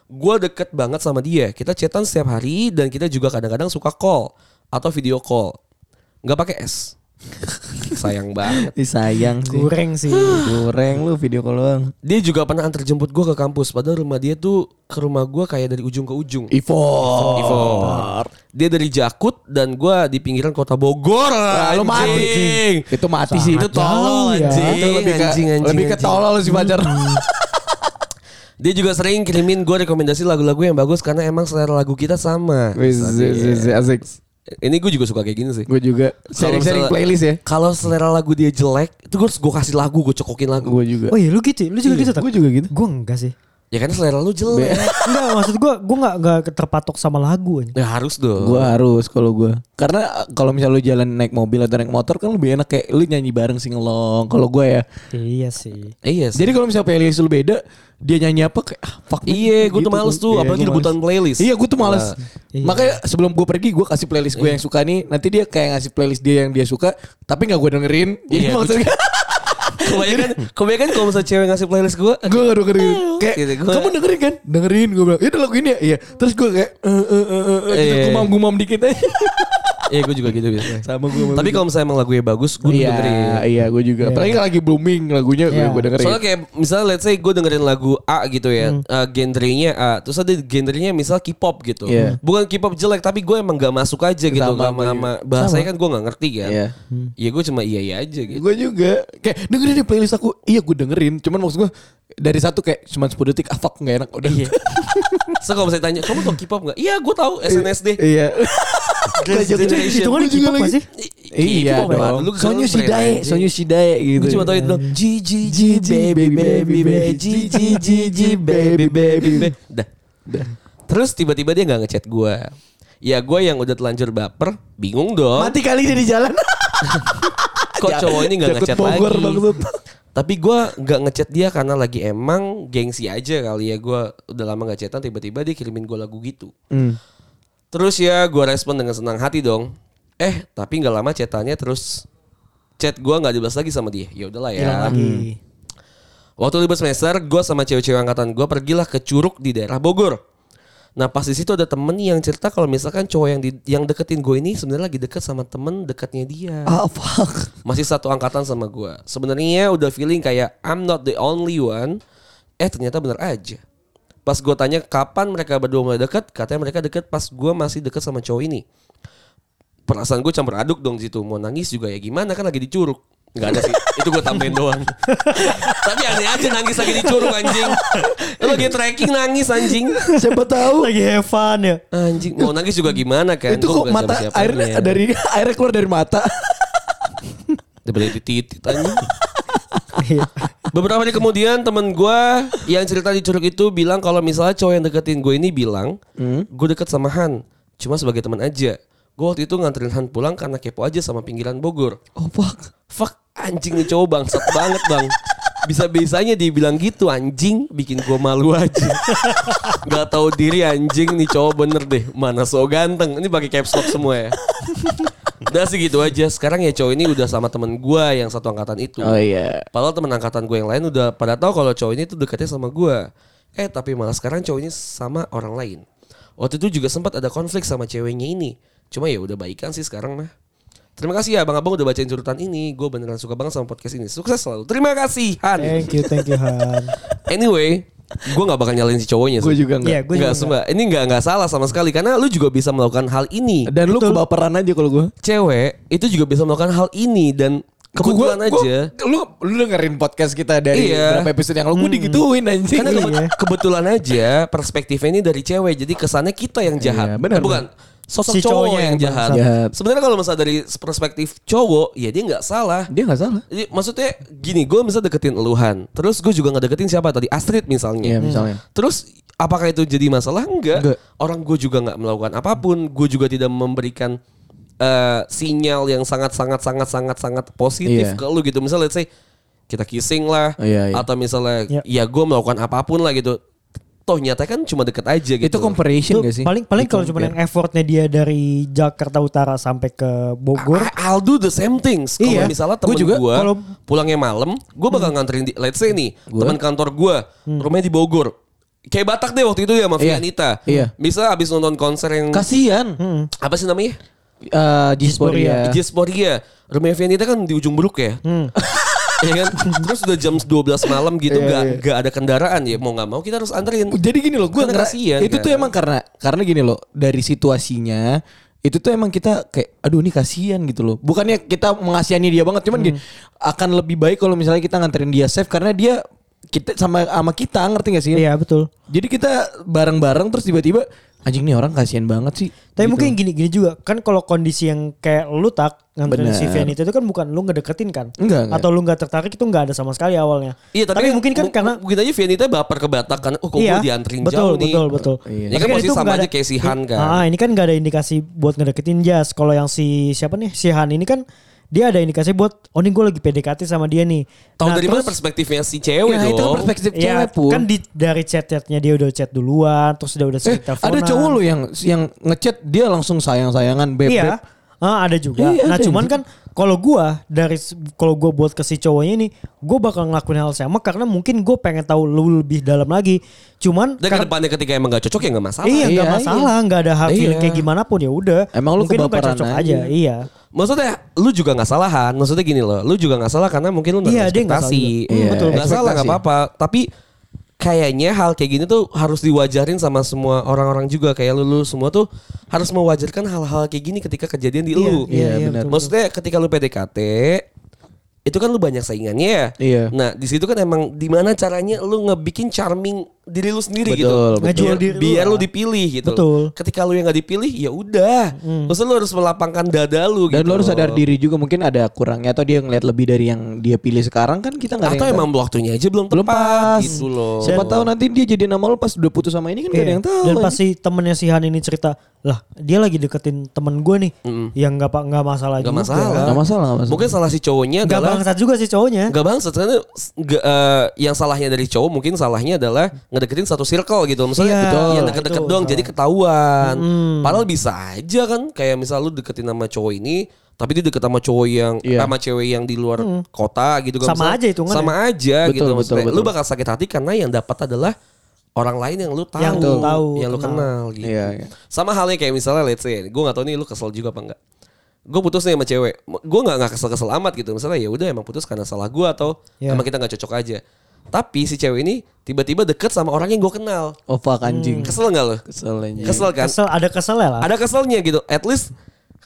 [SPEAKER 3] Gue deket banget sama dia. Kita chatan setiap hari dan kita juga kadang-kadang suka call atau video call. Gak pakai S. Sayang banget.
[SPEAKER 2] Ih, sayang sih.
[SPEAKER 4] Goreng sih.
[SPEAKER 2] Goreng lu video call doang.
[SPEAKER 3] Dia juga pernah antar jemput gue ke kampus. Padahal rumah dia tuh ke rumah gue kayak dari ujung ke ujung.
[SPEAKER 2] Ivor.
[SPEAKER 3] Ivor. Dia dari Jakut dan gue di pinggiran kota Bogor.
[SPEAKER 2] Wah, lu mati.
[SPEAKER 3] anjing.
[SPEAKER 2] Itu mati sih.
[SPEAKER 3] Itu
[SPEAKER 4] jauh
[SPEAKER 3] tolol
[SPEAKER 4] ya.
[SPEAKER 3] anjing.
[SPEAKER 2] Itu lebih ke,
[SPEAKER 3] Anjing, anjing,
[SPEAKER 2] lebih ke
[SPEAKER 3] anjing. Hmm.
[SPEAKER 2] tolol sih pacar.
[SPEAKER 3] Dia juga sering kirimin gue rekomendasi lagu-lagu yang bagus karena emang selera lagu kita sama.
[SPEAKER 2] Wih, sih, sih, sih, asik.
[SPEAKER 3] Ini gue juga suka kayak gini sih.
[SPEAKER 2] Gue juga
[SPEAKER 3] Iya. Kalau
[SPEAKER 2] sharing-sharing
[SPEAKER 3] misalnya-
[SPEAKER 2] playlist ya.
[SPEAKER 3] Kalau selera lagu dia jelek, itu gue gue kasih lagu, gue cokokin lagu.
[SPEAKER 2] Gue juga.
[SPEAKER 3] Oh, iya,
[SPEAKER 4] Oh iya lu gitu, lu juga gitu tak?
[SPEAKER 2] Gue juga gitu.
[SPEAKER 4] Gue enggak sih.
[SPEAKER 3] Ya kan selera lu jelek.
[SPEAKER 4] Enggak maksud gue gue nggak nggak terpatok sama lagu aja.
[SPEAKER 3] Ya harus dong.
[SPEAKER 2] Gua harus kalau gua. Karena eh, kalau misalnya lu jalan naik mobil atau naik motor kan lebih enak kayak lu nyanyi bareng singelong. Kalau gua ya.
[SPEAKER 4] Iya sih.
[SPEAKER 3] Iya sih.
[SPEAKER 2] Jadi kalau misalnya playlist lu beda, dia nyanyi apa kayak ah, fuck man.
[SPEAKER 3] Iya, gue tuh
[SPEAKER 2] Gitu,
[SPEAKER 3] males
[SPEAKER 2] gua-
[SPEAKER 3] tuh,
[SPEAKER 2] iya,
[SPEAKER 3] apalagi
[SPEAKER 2] gua males.
[SPEAKER 3] rebutan playlist.
[SPEAKER 2] Iya, gue tuh males.
[SPEAKER 3] Nah, Iya.
[SPEAKER 4] iya.
[SPEAKER 2] Makanya sebelum gue pergi, gue kasih playlist gue yang suka nih. Nanti dia kayak ngasih playlist dia yang dia suka, tapi nggak gue dengerin. Jadi
[SPEAKER 3] Iya,
[SPEAKER 2] maksudnya
[SPEAKER 3] Kebanyakan, kebanyakan kalau misalnya cewek ngasih playlist gue,
[SPEAKER 2] gue gak dengerin. Kayak
[SPEAKER 3] Gitu, gua-
[SPEAKER 2] kamu dengerin kan? Dengerin gue bilang. Itu lagu ini ya. Iya. Terus gue kayak eh eh eh eh, eh, gitu,
[SPEAKER 3] Iya.
[SPEAKER 2] gumam-gumam dikit aja.
[SPEAKER 3] iya gue juga gitu biasanya.
[SPEAKER 2] Sama gue.
[SPEAKER 3] Tapi kalau misalnya emang lagunya bagus, gue
[SPEAKER 2] Iya,
[SPEAKER 3] dengerin.
[SPEAKER 2] iya gue juga.
[SPEAKER 4] Iya.
[SPEAKER 2] Apalagi lagi booming lagunya
[SPEAKER 4] Iya.
[SPEAKER 2] gue dengerin.
[SPEAKER 3] Soalnya gitu. kayak misalnya let's say gue dengerin lagu A gitu ya, eh, genrenya A, terus ada genrenya misal K-pop gitu.
[SPEAKER 2] Iya.
[SPEAKER 3] Bukan K-pop jelek tapi gue emang gak masuk aja gitu
[SPEAKER 2] Sama,
[SPEAKER 3] sama,
[SPEAKER 2] gua
[SPEAKER 3] sama bahasanya kan gue gak ngerti kan.
[SPEAKER 2] Iya.
[SPEAKER 3] Ya gue cuma iya iya aja gitu.
[SPEAKER 2] Gue juga kayak dengerin deh playlist aku. Iya gue dengerin. Cuman maksud gue dari satu kayak cuman 10 detik ah fuck gak enak udah.
[SPEAKER 3] Iya. so kalau misalnya tanya, kamu tau K-pop gak? Iya gue tahu SNSD.
[SPEAKER 2] iya. gitu.
[SPEAKER 3] Girls' Generation.
[SPEAKER 4] Itu kan
[SPEAKER 2] Gua juga
[SPEAKER 4] K-pop
[SPEAKER 2] lagi-
[SPEAKER 4] gak sih?
[SPEAKER 2] Iya
[SPEAKER 3] K-pop ya.
[SPEAKER 2] dong.
[SPEAKER 3] Lu kan
[SPEAKER 2] Sonyu
[SPEAKER 3] keren
[SPEAKER 2] Shidae,
[SPEAKER 3] aja.
[SPEAKER 2] Sonyu Shidae gitu.
[SPEAKER 3] Gue cuma tau itu doang. G G G baby baby baby G G G G baby baby baby. Dah. Terus tiba-tiba dia nggak ngechat gue. Ya gue yang udah telanjur baper, bingung dong.
[SPEAKER 2] Mati kali dia di jalan.
[SPEAKER 3] Kok cowok ini nggak
[SPEAKER 2] Jakut
[SPEAKER 3] ngechat
[SPEAKER 2] Bogor,
[SPEAKER 3] lagi?
[SPEAKER 2] maksud.
[SPEAKER 3] Tapi gue nggak ngechat dia karena lagi emang gengsi aja kali ya. Gue udah lama nggak chatan, tiba-tiba dia kirimin gue lagu gitu. Terus ya gue respon dengan senang hati dong. Eh tapi nggak lama chatannya terus chat gue nggak dibalas lagi sama dia. Ya udahlah ya.
[SPEAKER 4] Hilang lagi.
[SPEAKER 3] Waktu libur semester, gue sama cewek-cewek angkatan gue pergilah ke Curug di daerah Bogor. Nah pas di situ ada temen yang cerita kalau misalkan cowok yang di, yang deketin gue ini sebenarnya lagi deket sama temen dekatnya dia.
[SPEAKER 2] Ah fuck.
[SPEAKER 3] Masih satu angkatan sama gue. Sebenarnya udah feeling kayak I'm not the only one. Eh ternyata bener aja. Pas gue tanya kapan mereka berdua mulai deket, katanya mereka deket pas gue masih deket sama cowok ini. Perasaan gue campur aduk dong di situ. Mau nangis juga ya gimana kan lagi di Curug. Gak ada sih, itu gue tambahin doang. Tapi aneh aja nangis lagi di Curug anjing. Lu lagi trekking nangis anjing.
[SPEAKER 2] Siapa tahu
[SPEAKER 4] Lagi have fun ya.
[SPEAKER 3] Anjing, mau nangis juga gimana kan?
[SPEAKER 2] itu kok
[SPEAKER 3] Gua bukan
[SPEAKER 2] mata airnya
[SPEAKER 3] siapa-siapanya.
[SPEAKER 2] dari airnya keluar dari mata.
[SPEAKER 3] Daripada di titit anjing.
[SPEAKER 4] Iya.
[SPEAKER 3] Beberapa hari kemudian temen gue yang cerita di Curug itu bilang kalau misalnya cowok yang deketin gue ini bilang
[SPEAKER 2] Hmm?
[SPEAKER 3] gue deket sama Han cuma sebagai teman aja. Gue waktu itu nganterin Han pulang karena kepo aja sama pinggiran Bogor.
[SPEAKER 2] Oh fuck.
[SPEAKER 3] Fuck anjing nih cowok bangsat banget bang. Bisa-bisanya dibilang gitu anjing bikin gue malu aja. Gak tahu diri anjing nih cowok bener deh mana so ganteng. Ini pakai caps lock semua ya. Udah sih gitu aja. Sekarang ya cowok ini udah sama temen gue yang satu angkatan itu.
[SPEAKER 2] Oh iya.
[SPEAKER 3] Padahal temen angkatan gue yang lain udah pada tahu kalau cowok ini tuh dekatnya sama gue. Eh tapi malah sekarang cowok ini sama orang lain. Waktu itu juga sempat ada konflik sama ceweknya ini. Cuma ya udah baikan sih sekarang mah. Terima kasih ya abang-abang udah bacain curutan ini. Gue beneran suka banget sama podcast ini. Sukses selalu. Terima kasih Han.
[SPEAKER 4] Thank you, thank you Han.
[SPEAKER 3] Anyway, gue nggak bakal nyalain si cowoknya.
[SPEAKER 2] Gue
[SPEAKER 3] sih.
[SPEAKER 2] juga enggak.
[SPEAKER 4] Iya, gue juga
[SPEAKER 3] Nggak, sumpah. Ini nggak nggak salah sama sekali karena lu juga bisa melakukan hal ini.
[SPEAKER 2] Dan lu kebaperan aja kalau gue.
[SPEAKER 3] Cewek itu juga bisa melakukan hal ini dan kebetulan
[SPEAKER 2] Gua-
[SPEAKER 3] aja.
[SPEAKER 2] gua- lu lu dengerin podcast kita dari
[SPEAKER 3] Iya.
[SPEAKER 2] berapa episode yang lu gue digituin anjing.
[SPEAKER 3] Karena kebe-
[SPEAKER 4] Hmm. Iya.
[SPEAKER 3] kebetulan aja perspektifnya ini dari cewek, jadi kesannya kita yang
[SPEAKER 2] Iya,
[SPEAKER 3] jahat.
[SPEAKER 2] benar,
[SPEAKER 3] Eh, bukan
[SPEAKER 4] Si
[SPEAKER 3] sosok cowok
[SPEAKER 4] cowoknya
[SPEAKER 3] yang
[SPEAKER 4] yang
[SPEAKER 3] jahat.
[SPEAKER 2] jahat.
[SPEAKER 3] Sebenarnya kalau misalnya dari perspektif cowok, ya dia nggak salah.
[SPEAKER 2] Dia gak salah.
[SPEAKER 3] Jadi, Iya, maksudnya gini, gue misalnya deketin eluhan, terus gue juga nggak deketin siapa tadi Astrid misalnya.
[SPEAKER 2] Iya,
[SPEAKER 3] Hmm.
[SPEAKER 2] misalnya.
[SPEAKER 3] Terus apakah itu jadi masalah? Enggak.
[SPEAKER 2] Enggak.
[SPEAKER 3] Orang gue juga nggak melakukan apapun, gue juga tidak memberikan eh, sinyal yang sangat sangat sangat sangat sangat
[SPEAKER 2] Iya.
[SPEAKER 3] positif ke lu gitu. Misalnya let's say kita kissing lah
[SPEAKER 2] Iya, iya.
[SPEAKER 3] atau misalnya
[SPEAKER 4] Iya.
[SPEAKER 3] ya gue melakukan apapun lah gitu. Toh nyatanya kan cuma deket aja gitu.
[SPEAKER 2] Itu comparison
[SPEAKER 4] Itu
[SPEAKER 2] gak sih? Gitu.
[SPEAKER 4] paling paling
[SPEAKER 2] Itu
[SPEAKER 4] kalau cuma yang
[SPEAKER 2] compare.
[SPEAKER 4] effortnya dia dari Jakarta Utara sampai ke Bogor,
[SPEAKER 3] I- Ah, I'll do the same things. Kalau
[SPEAKER 4] Iya.
[SPEAKER 3] misalnya temen
[SPEAKER 4] Gua juga,
[SPEAKER 3] gue
[SPEAKER 4] kalau- Hmm.
[SPEAKER 3] pulangnya malam, gue bakal nganterin di, let's say nih, teman kantor gue, rumahnya di Bogor. Kayak Batak deh waktu itu ya sama
[SPEAKER 2] Iya.
[SPEAKER 3] Vianita.
[SPEAKER 2] Iya.
[SPEAKER 3] Bisa abis nonton konser yang Hmm.
[SPEAKER 2] kasihan.
[SPEAKER 3] apa sih namanya?
[SPEAKER 2] Hmm. Eh, Disporia.
[SPEAKER 3] Diasporia. Rumahnya Vianita kan di ujung Beluk ya.
[SPEAKER 4] Hmm.
[SPEAKER 3] Iya kan? Terus udah jam 12 malam
[SPEAKER 2] Iya,
[SPEAKER 3] gitu nggak
[SPEAKER 2] iya.
[SPEAKER 3] nggak ada kendaraan ya mau nggak mau kita harus anterin.
[SPEAKER 2] Jadi gini loh, gue
[SPEAKER 3] Karena
[SPEAKER 2] ngerasa
[SPEAKER 3] kasihan,
[SPEAKER 2] itu
[SPEAKER 3] kan?
[SPEAKER 2] tuh emang karena karena gini loh dari situasinya itu tuh emang kita kayak aduh ini kasihan gitu loh. Bukannya kita mengasihani dia banget, cuman gini akan lebih baik kalau misalnya kita nganterin dia safe karena dia kita sama sama kita ngerti gak sih?
[SPEAKER 4] Iya betul.
[SPEAKER 2] Jadi kita bareng-bareng terus tiba-tiba anjing nih orang kasihan banget sih.
[SPEAKER 4] Tapi
[SPEAKER 2] Gitu.
[SPEAKER 4] mungkin gini gini juga kan kalau kondisi yang kayak lu tak nganterin
[SPEAKER 2] Bener.
[SPEAKER 4] si Vanity itu kan bukan lu ngedeketin kan?
[SPEAKER 2] Enggak, enggak.
[SPEAKER 4] Atau lu nggak tertarik itu nggak ada sama sekali awalnya.
[SPEAKER 3] Iya tapi,
[SPEAKER 4] mungkin kan
[SPEAKER 3] mu-
[SPEAKER 4] karena
[SPEAKER 3] mungkin aja Vianita baper ke Batak kan. Oh kok
[SPEAKER 4] iya
[SPEAKER 3] gue dianterin jauh
[SPEAKER 4] betul,
[SPEAKER 3] nih.
[SPEAKER 4] betul betul
[SPEAKER 2] Iya.
[SPEAKER 3] Ini kan
[SPEAKER 4] Tapi
[SPEAKER 3] posisi
[SPEAKER 4] itu
[SPEAKER 3] sama
[SPEAKER 4] nggak
[SPEAKER 3] aja
[SPEAKER 4] ada-
[SPEAKER 3] kayak si Han kan.
[SPEAKER 4] Ah, ini kan nggak ada indikasi buat ngedeketin Jas. Kalau yang si siapa nih si Han ini kan dia ada indikasi buat oh ini gue lagi PDKT sama dia nih.
[SPEAKER 3] Tahu
[SPEAKER 4] Nah,
[SPEAKER 3] dari mana
[SPEAKER 4] terus-
[SPEAKER 3] perspektifnya si cewek
[SPEAKER 2] Nah, itu kan
[SPEAKER 3] dong.
[SPEAKER 2] perspektif
[SPEAKER 4] Iya,
[SPEAKER 2] cewek pun.
[SPEAKER 4] kan di, dari chat-chatnya dia udah chat duluan, terus dia udah
[SPEAKER 2] eh,
[SPEAKER 4] sering teleponan.
[SPEAKER 2] ada cowok lo yang yang ngechat dia langsung sayang-sayangan beb.
[SPEAKER 4] Iya.
[SPEAKER 2] beb.
[SPEAKER 4] Ah, ada juga.
[SPEAKER 2] Iya,
[SPEAKER 4] nah,
[SPEAKER 2] ada
[SPEAKER 4] cuman
[SPEAKER 2] juga.
[SPEAKER 4] kan kalau gua dari s- kalau gua buat ke si cowoknya ini, gua bakal ngelakuin hal sama karena mungkin gue pengen tahu lu lebih dalam lagi. Cuman
[SPEAKER 3] Dan ke
[SPEAKER 4] karena-
[SPEAKER 3] depannya ketika emang gak cocok ya gak kan masalah.
[SPEAKER 4] Iya, nggak
[SPEAKER 2] Iya,
[SPEAKER 4] masalah, nggak ada hak
[SPEAKER 2] Iya.
[SPEAKER 4] feeling kayak gimana pun ya udah.
[SPEAKER 2] Emang lu
[SPEAKER 4] Mungkin nggak
[SPEAKER 2] kebaperan
[SPEAKER 4] cocok aja.
[SPEAKER 2] aja.
[SPEAKER 4] Iya.
[SPEAKER 3] Maksudnya lu juga gak salah Han. Maksudnya gini loh. Lu juga gak salah karena mlah mungkin lu gak
[SPEAKER 4] Iya,
[SPEAKER 3] ada
[SPEAKER 4] dia nggak salah
[SPEAKER 3] ekspektasi.
[SPEAKER 4] juga. Iya,
[SPEAKER 3] betul. Gak salah gak
[SPEAKER 2] ekspektasi.
[SPEAKER 3] apa-apa. Tapi kayaknya hal kayak gini tuh harus diwajarin sama semua orang-orang juga. Kayak lu, lu semua tuh harus mewajarkan hal-hal kayak gini ketika kejadian di lu.
[SPEAKER 2] Iya, benar.
[SPEAKER 4] betul,
[SPEAKER 3] Maksudnya ketika lu PDKT itu kan lu banyak saingannya ya.
[SPEAKER 2] Iya.
[SPEAKER 3] Nah, di situ kan emang di mana caranya lu ngebikin charming diri lu sendiri
[SPEAKER 2] Betul,
[SPEAKER 3] gitu.
[SPEAKER 2] betul.
[SPEAKER 4] Ngejual
[SPEAKER 3] Biar-
[SPEAKER 4] diri lu
[SPEAKER 3] biar
[SPEAKER 4] lah.
[SPEAKER 3] lu dipilih gitu.
[SPEAKER 4] Betul.
[SPEAKER 3] Ketika lu yang gak dipilih ya udah. Maksudnya lu harus melapangkan dada lu
[SPEAKER 2] Dan
[SPEAKER 3] gitu.
[SPEAKER 2] lo harus sadar diri juga mungkin ada kurangnya atau dia ngeliat lebih dari yang dia pilih sekarang kan kita nggak ada
[SPEAKER 3] Atau
[SPEAKER 2] yang tahu.
[SPEAKER 3] emang waktunya aja belum tepat
[SPEAKER 2] belum pas
[SPEAKER 3] gitu loh.
[SPEAKER 2] Siapa tahu nanti dia jadi nama lo pas udah putus sama ini kan
[SPEAKER 4] Iya.
[SPEAKER 2] gak ada yang tahu.
[SPEAKER 4] Dan
[SPEAKER 2] kan.
[SPEAKER 4] pasti temennya si Han ini cerita, lah dia lagi deketin temen gue nih, yang nggak pak nggak masalah
[SPEAKER 3] Gak
[SPEAKER 4] juga.
[SPEAKER 3] masalah.
[SPEAKER 2] Nggak masalah, nggak masalah.
[SPEAKER 3] Mungkin salah si cowoknya
[SPEAKER 4] Nggak
[SPEAKER 3] adalah
[SPEAKER 4] bangsat juga sih cowoknya.
[SPEAKER 3] Gak bang, sebenarnya nggak, eh, yang salahnya dari cowok mungkin salahnya adalah ngedeketin satu circle gitu. Misalnya
[SPEAKER 4] Iya,
[SPEAKER 3] betul, yang
[SPEAKER 4] itu
[SPEAKER 3] deket-deket doang
[SPEAKER 4] salah.
[SPEAKER 3] jadi ketahuan. Padahal bisa aja kan kayak misal lu deketin sama cowok ini tapi dia deket sama cowok yang
[SPEAKER 2] Iya.
[SPEAKER 3] sama cewek yang di luar kota gitu kan.
[SPEAKER 4] Sama aja hitungannya.
[SPEAKER 3] Sama aja
[SPEAKER 2] Betul,
[SPEAKER 3] gitu
[SPEAKER 2] betul,
[SPEAKER 3] maksudnya.
[SPEAKER 2] betul.
[SPEAKER 3] Lu bakal sakit hati karena yang dapat adalah orang lain yang lu tahu,
[SPEAKER 4] Yang lu tahu,
[SPEAKER 3] yang lu
[SPEAKER 4] kenal.
[SPEAKER 3] kenal gitu.
[SPEAKER 2] Iya, iya.
[SPEAKER 3] Sama halnya kayak misalnya let's say, gue gak tau nih lu kesel juga apa enggak. Gue putus nih sama cewek, gue gak, nggak kesel-kesel amat gitu. Misalnya ya udah emang putus karena salah gue atau
[SPEAKER 4] Iya.
[SPEAKER 3] emang kita gak cocok aja. Tapi si cewek ini tiba-tiba deket sama orang yang gue kenal.
[SPEAKER 2] Oh fuck anjing.
[SPEAKER 3] Kesel gak lo?
[SPEAKER 2] Kesel anjing.
[SPEAKER 3] Kesel
[SPEAKER 4] Iya.
[SPEAKER 3] kan?
[SPEAKER 4] Kesel ada keselnya lah.
[SPEAKER 3] Ada keselnya gitu. At least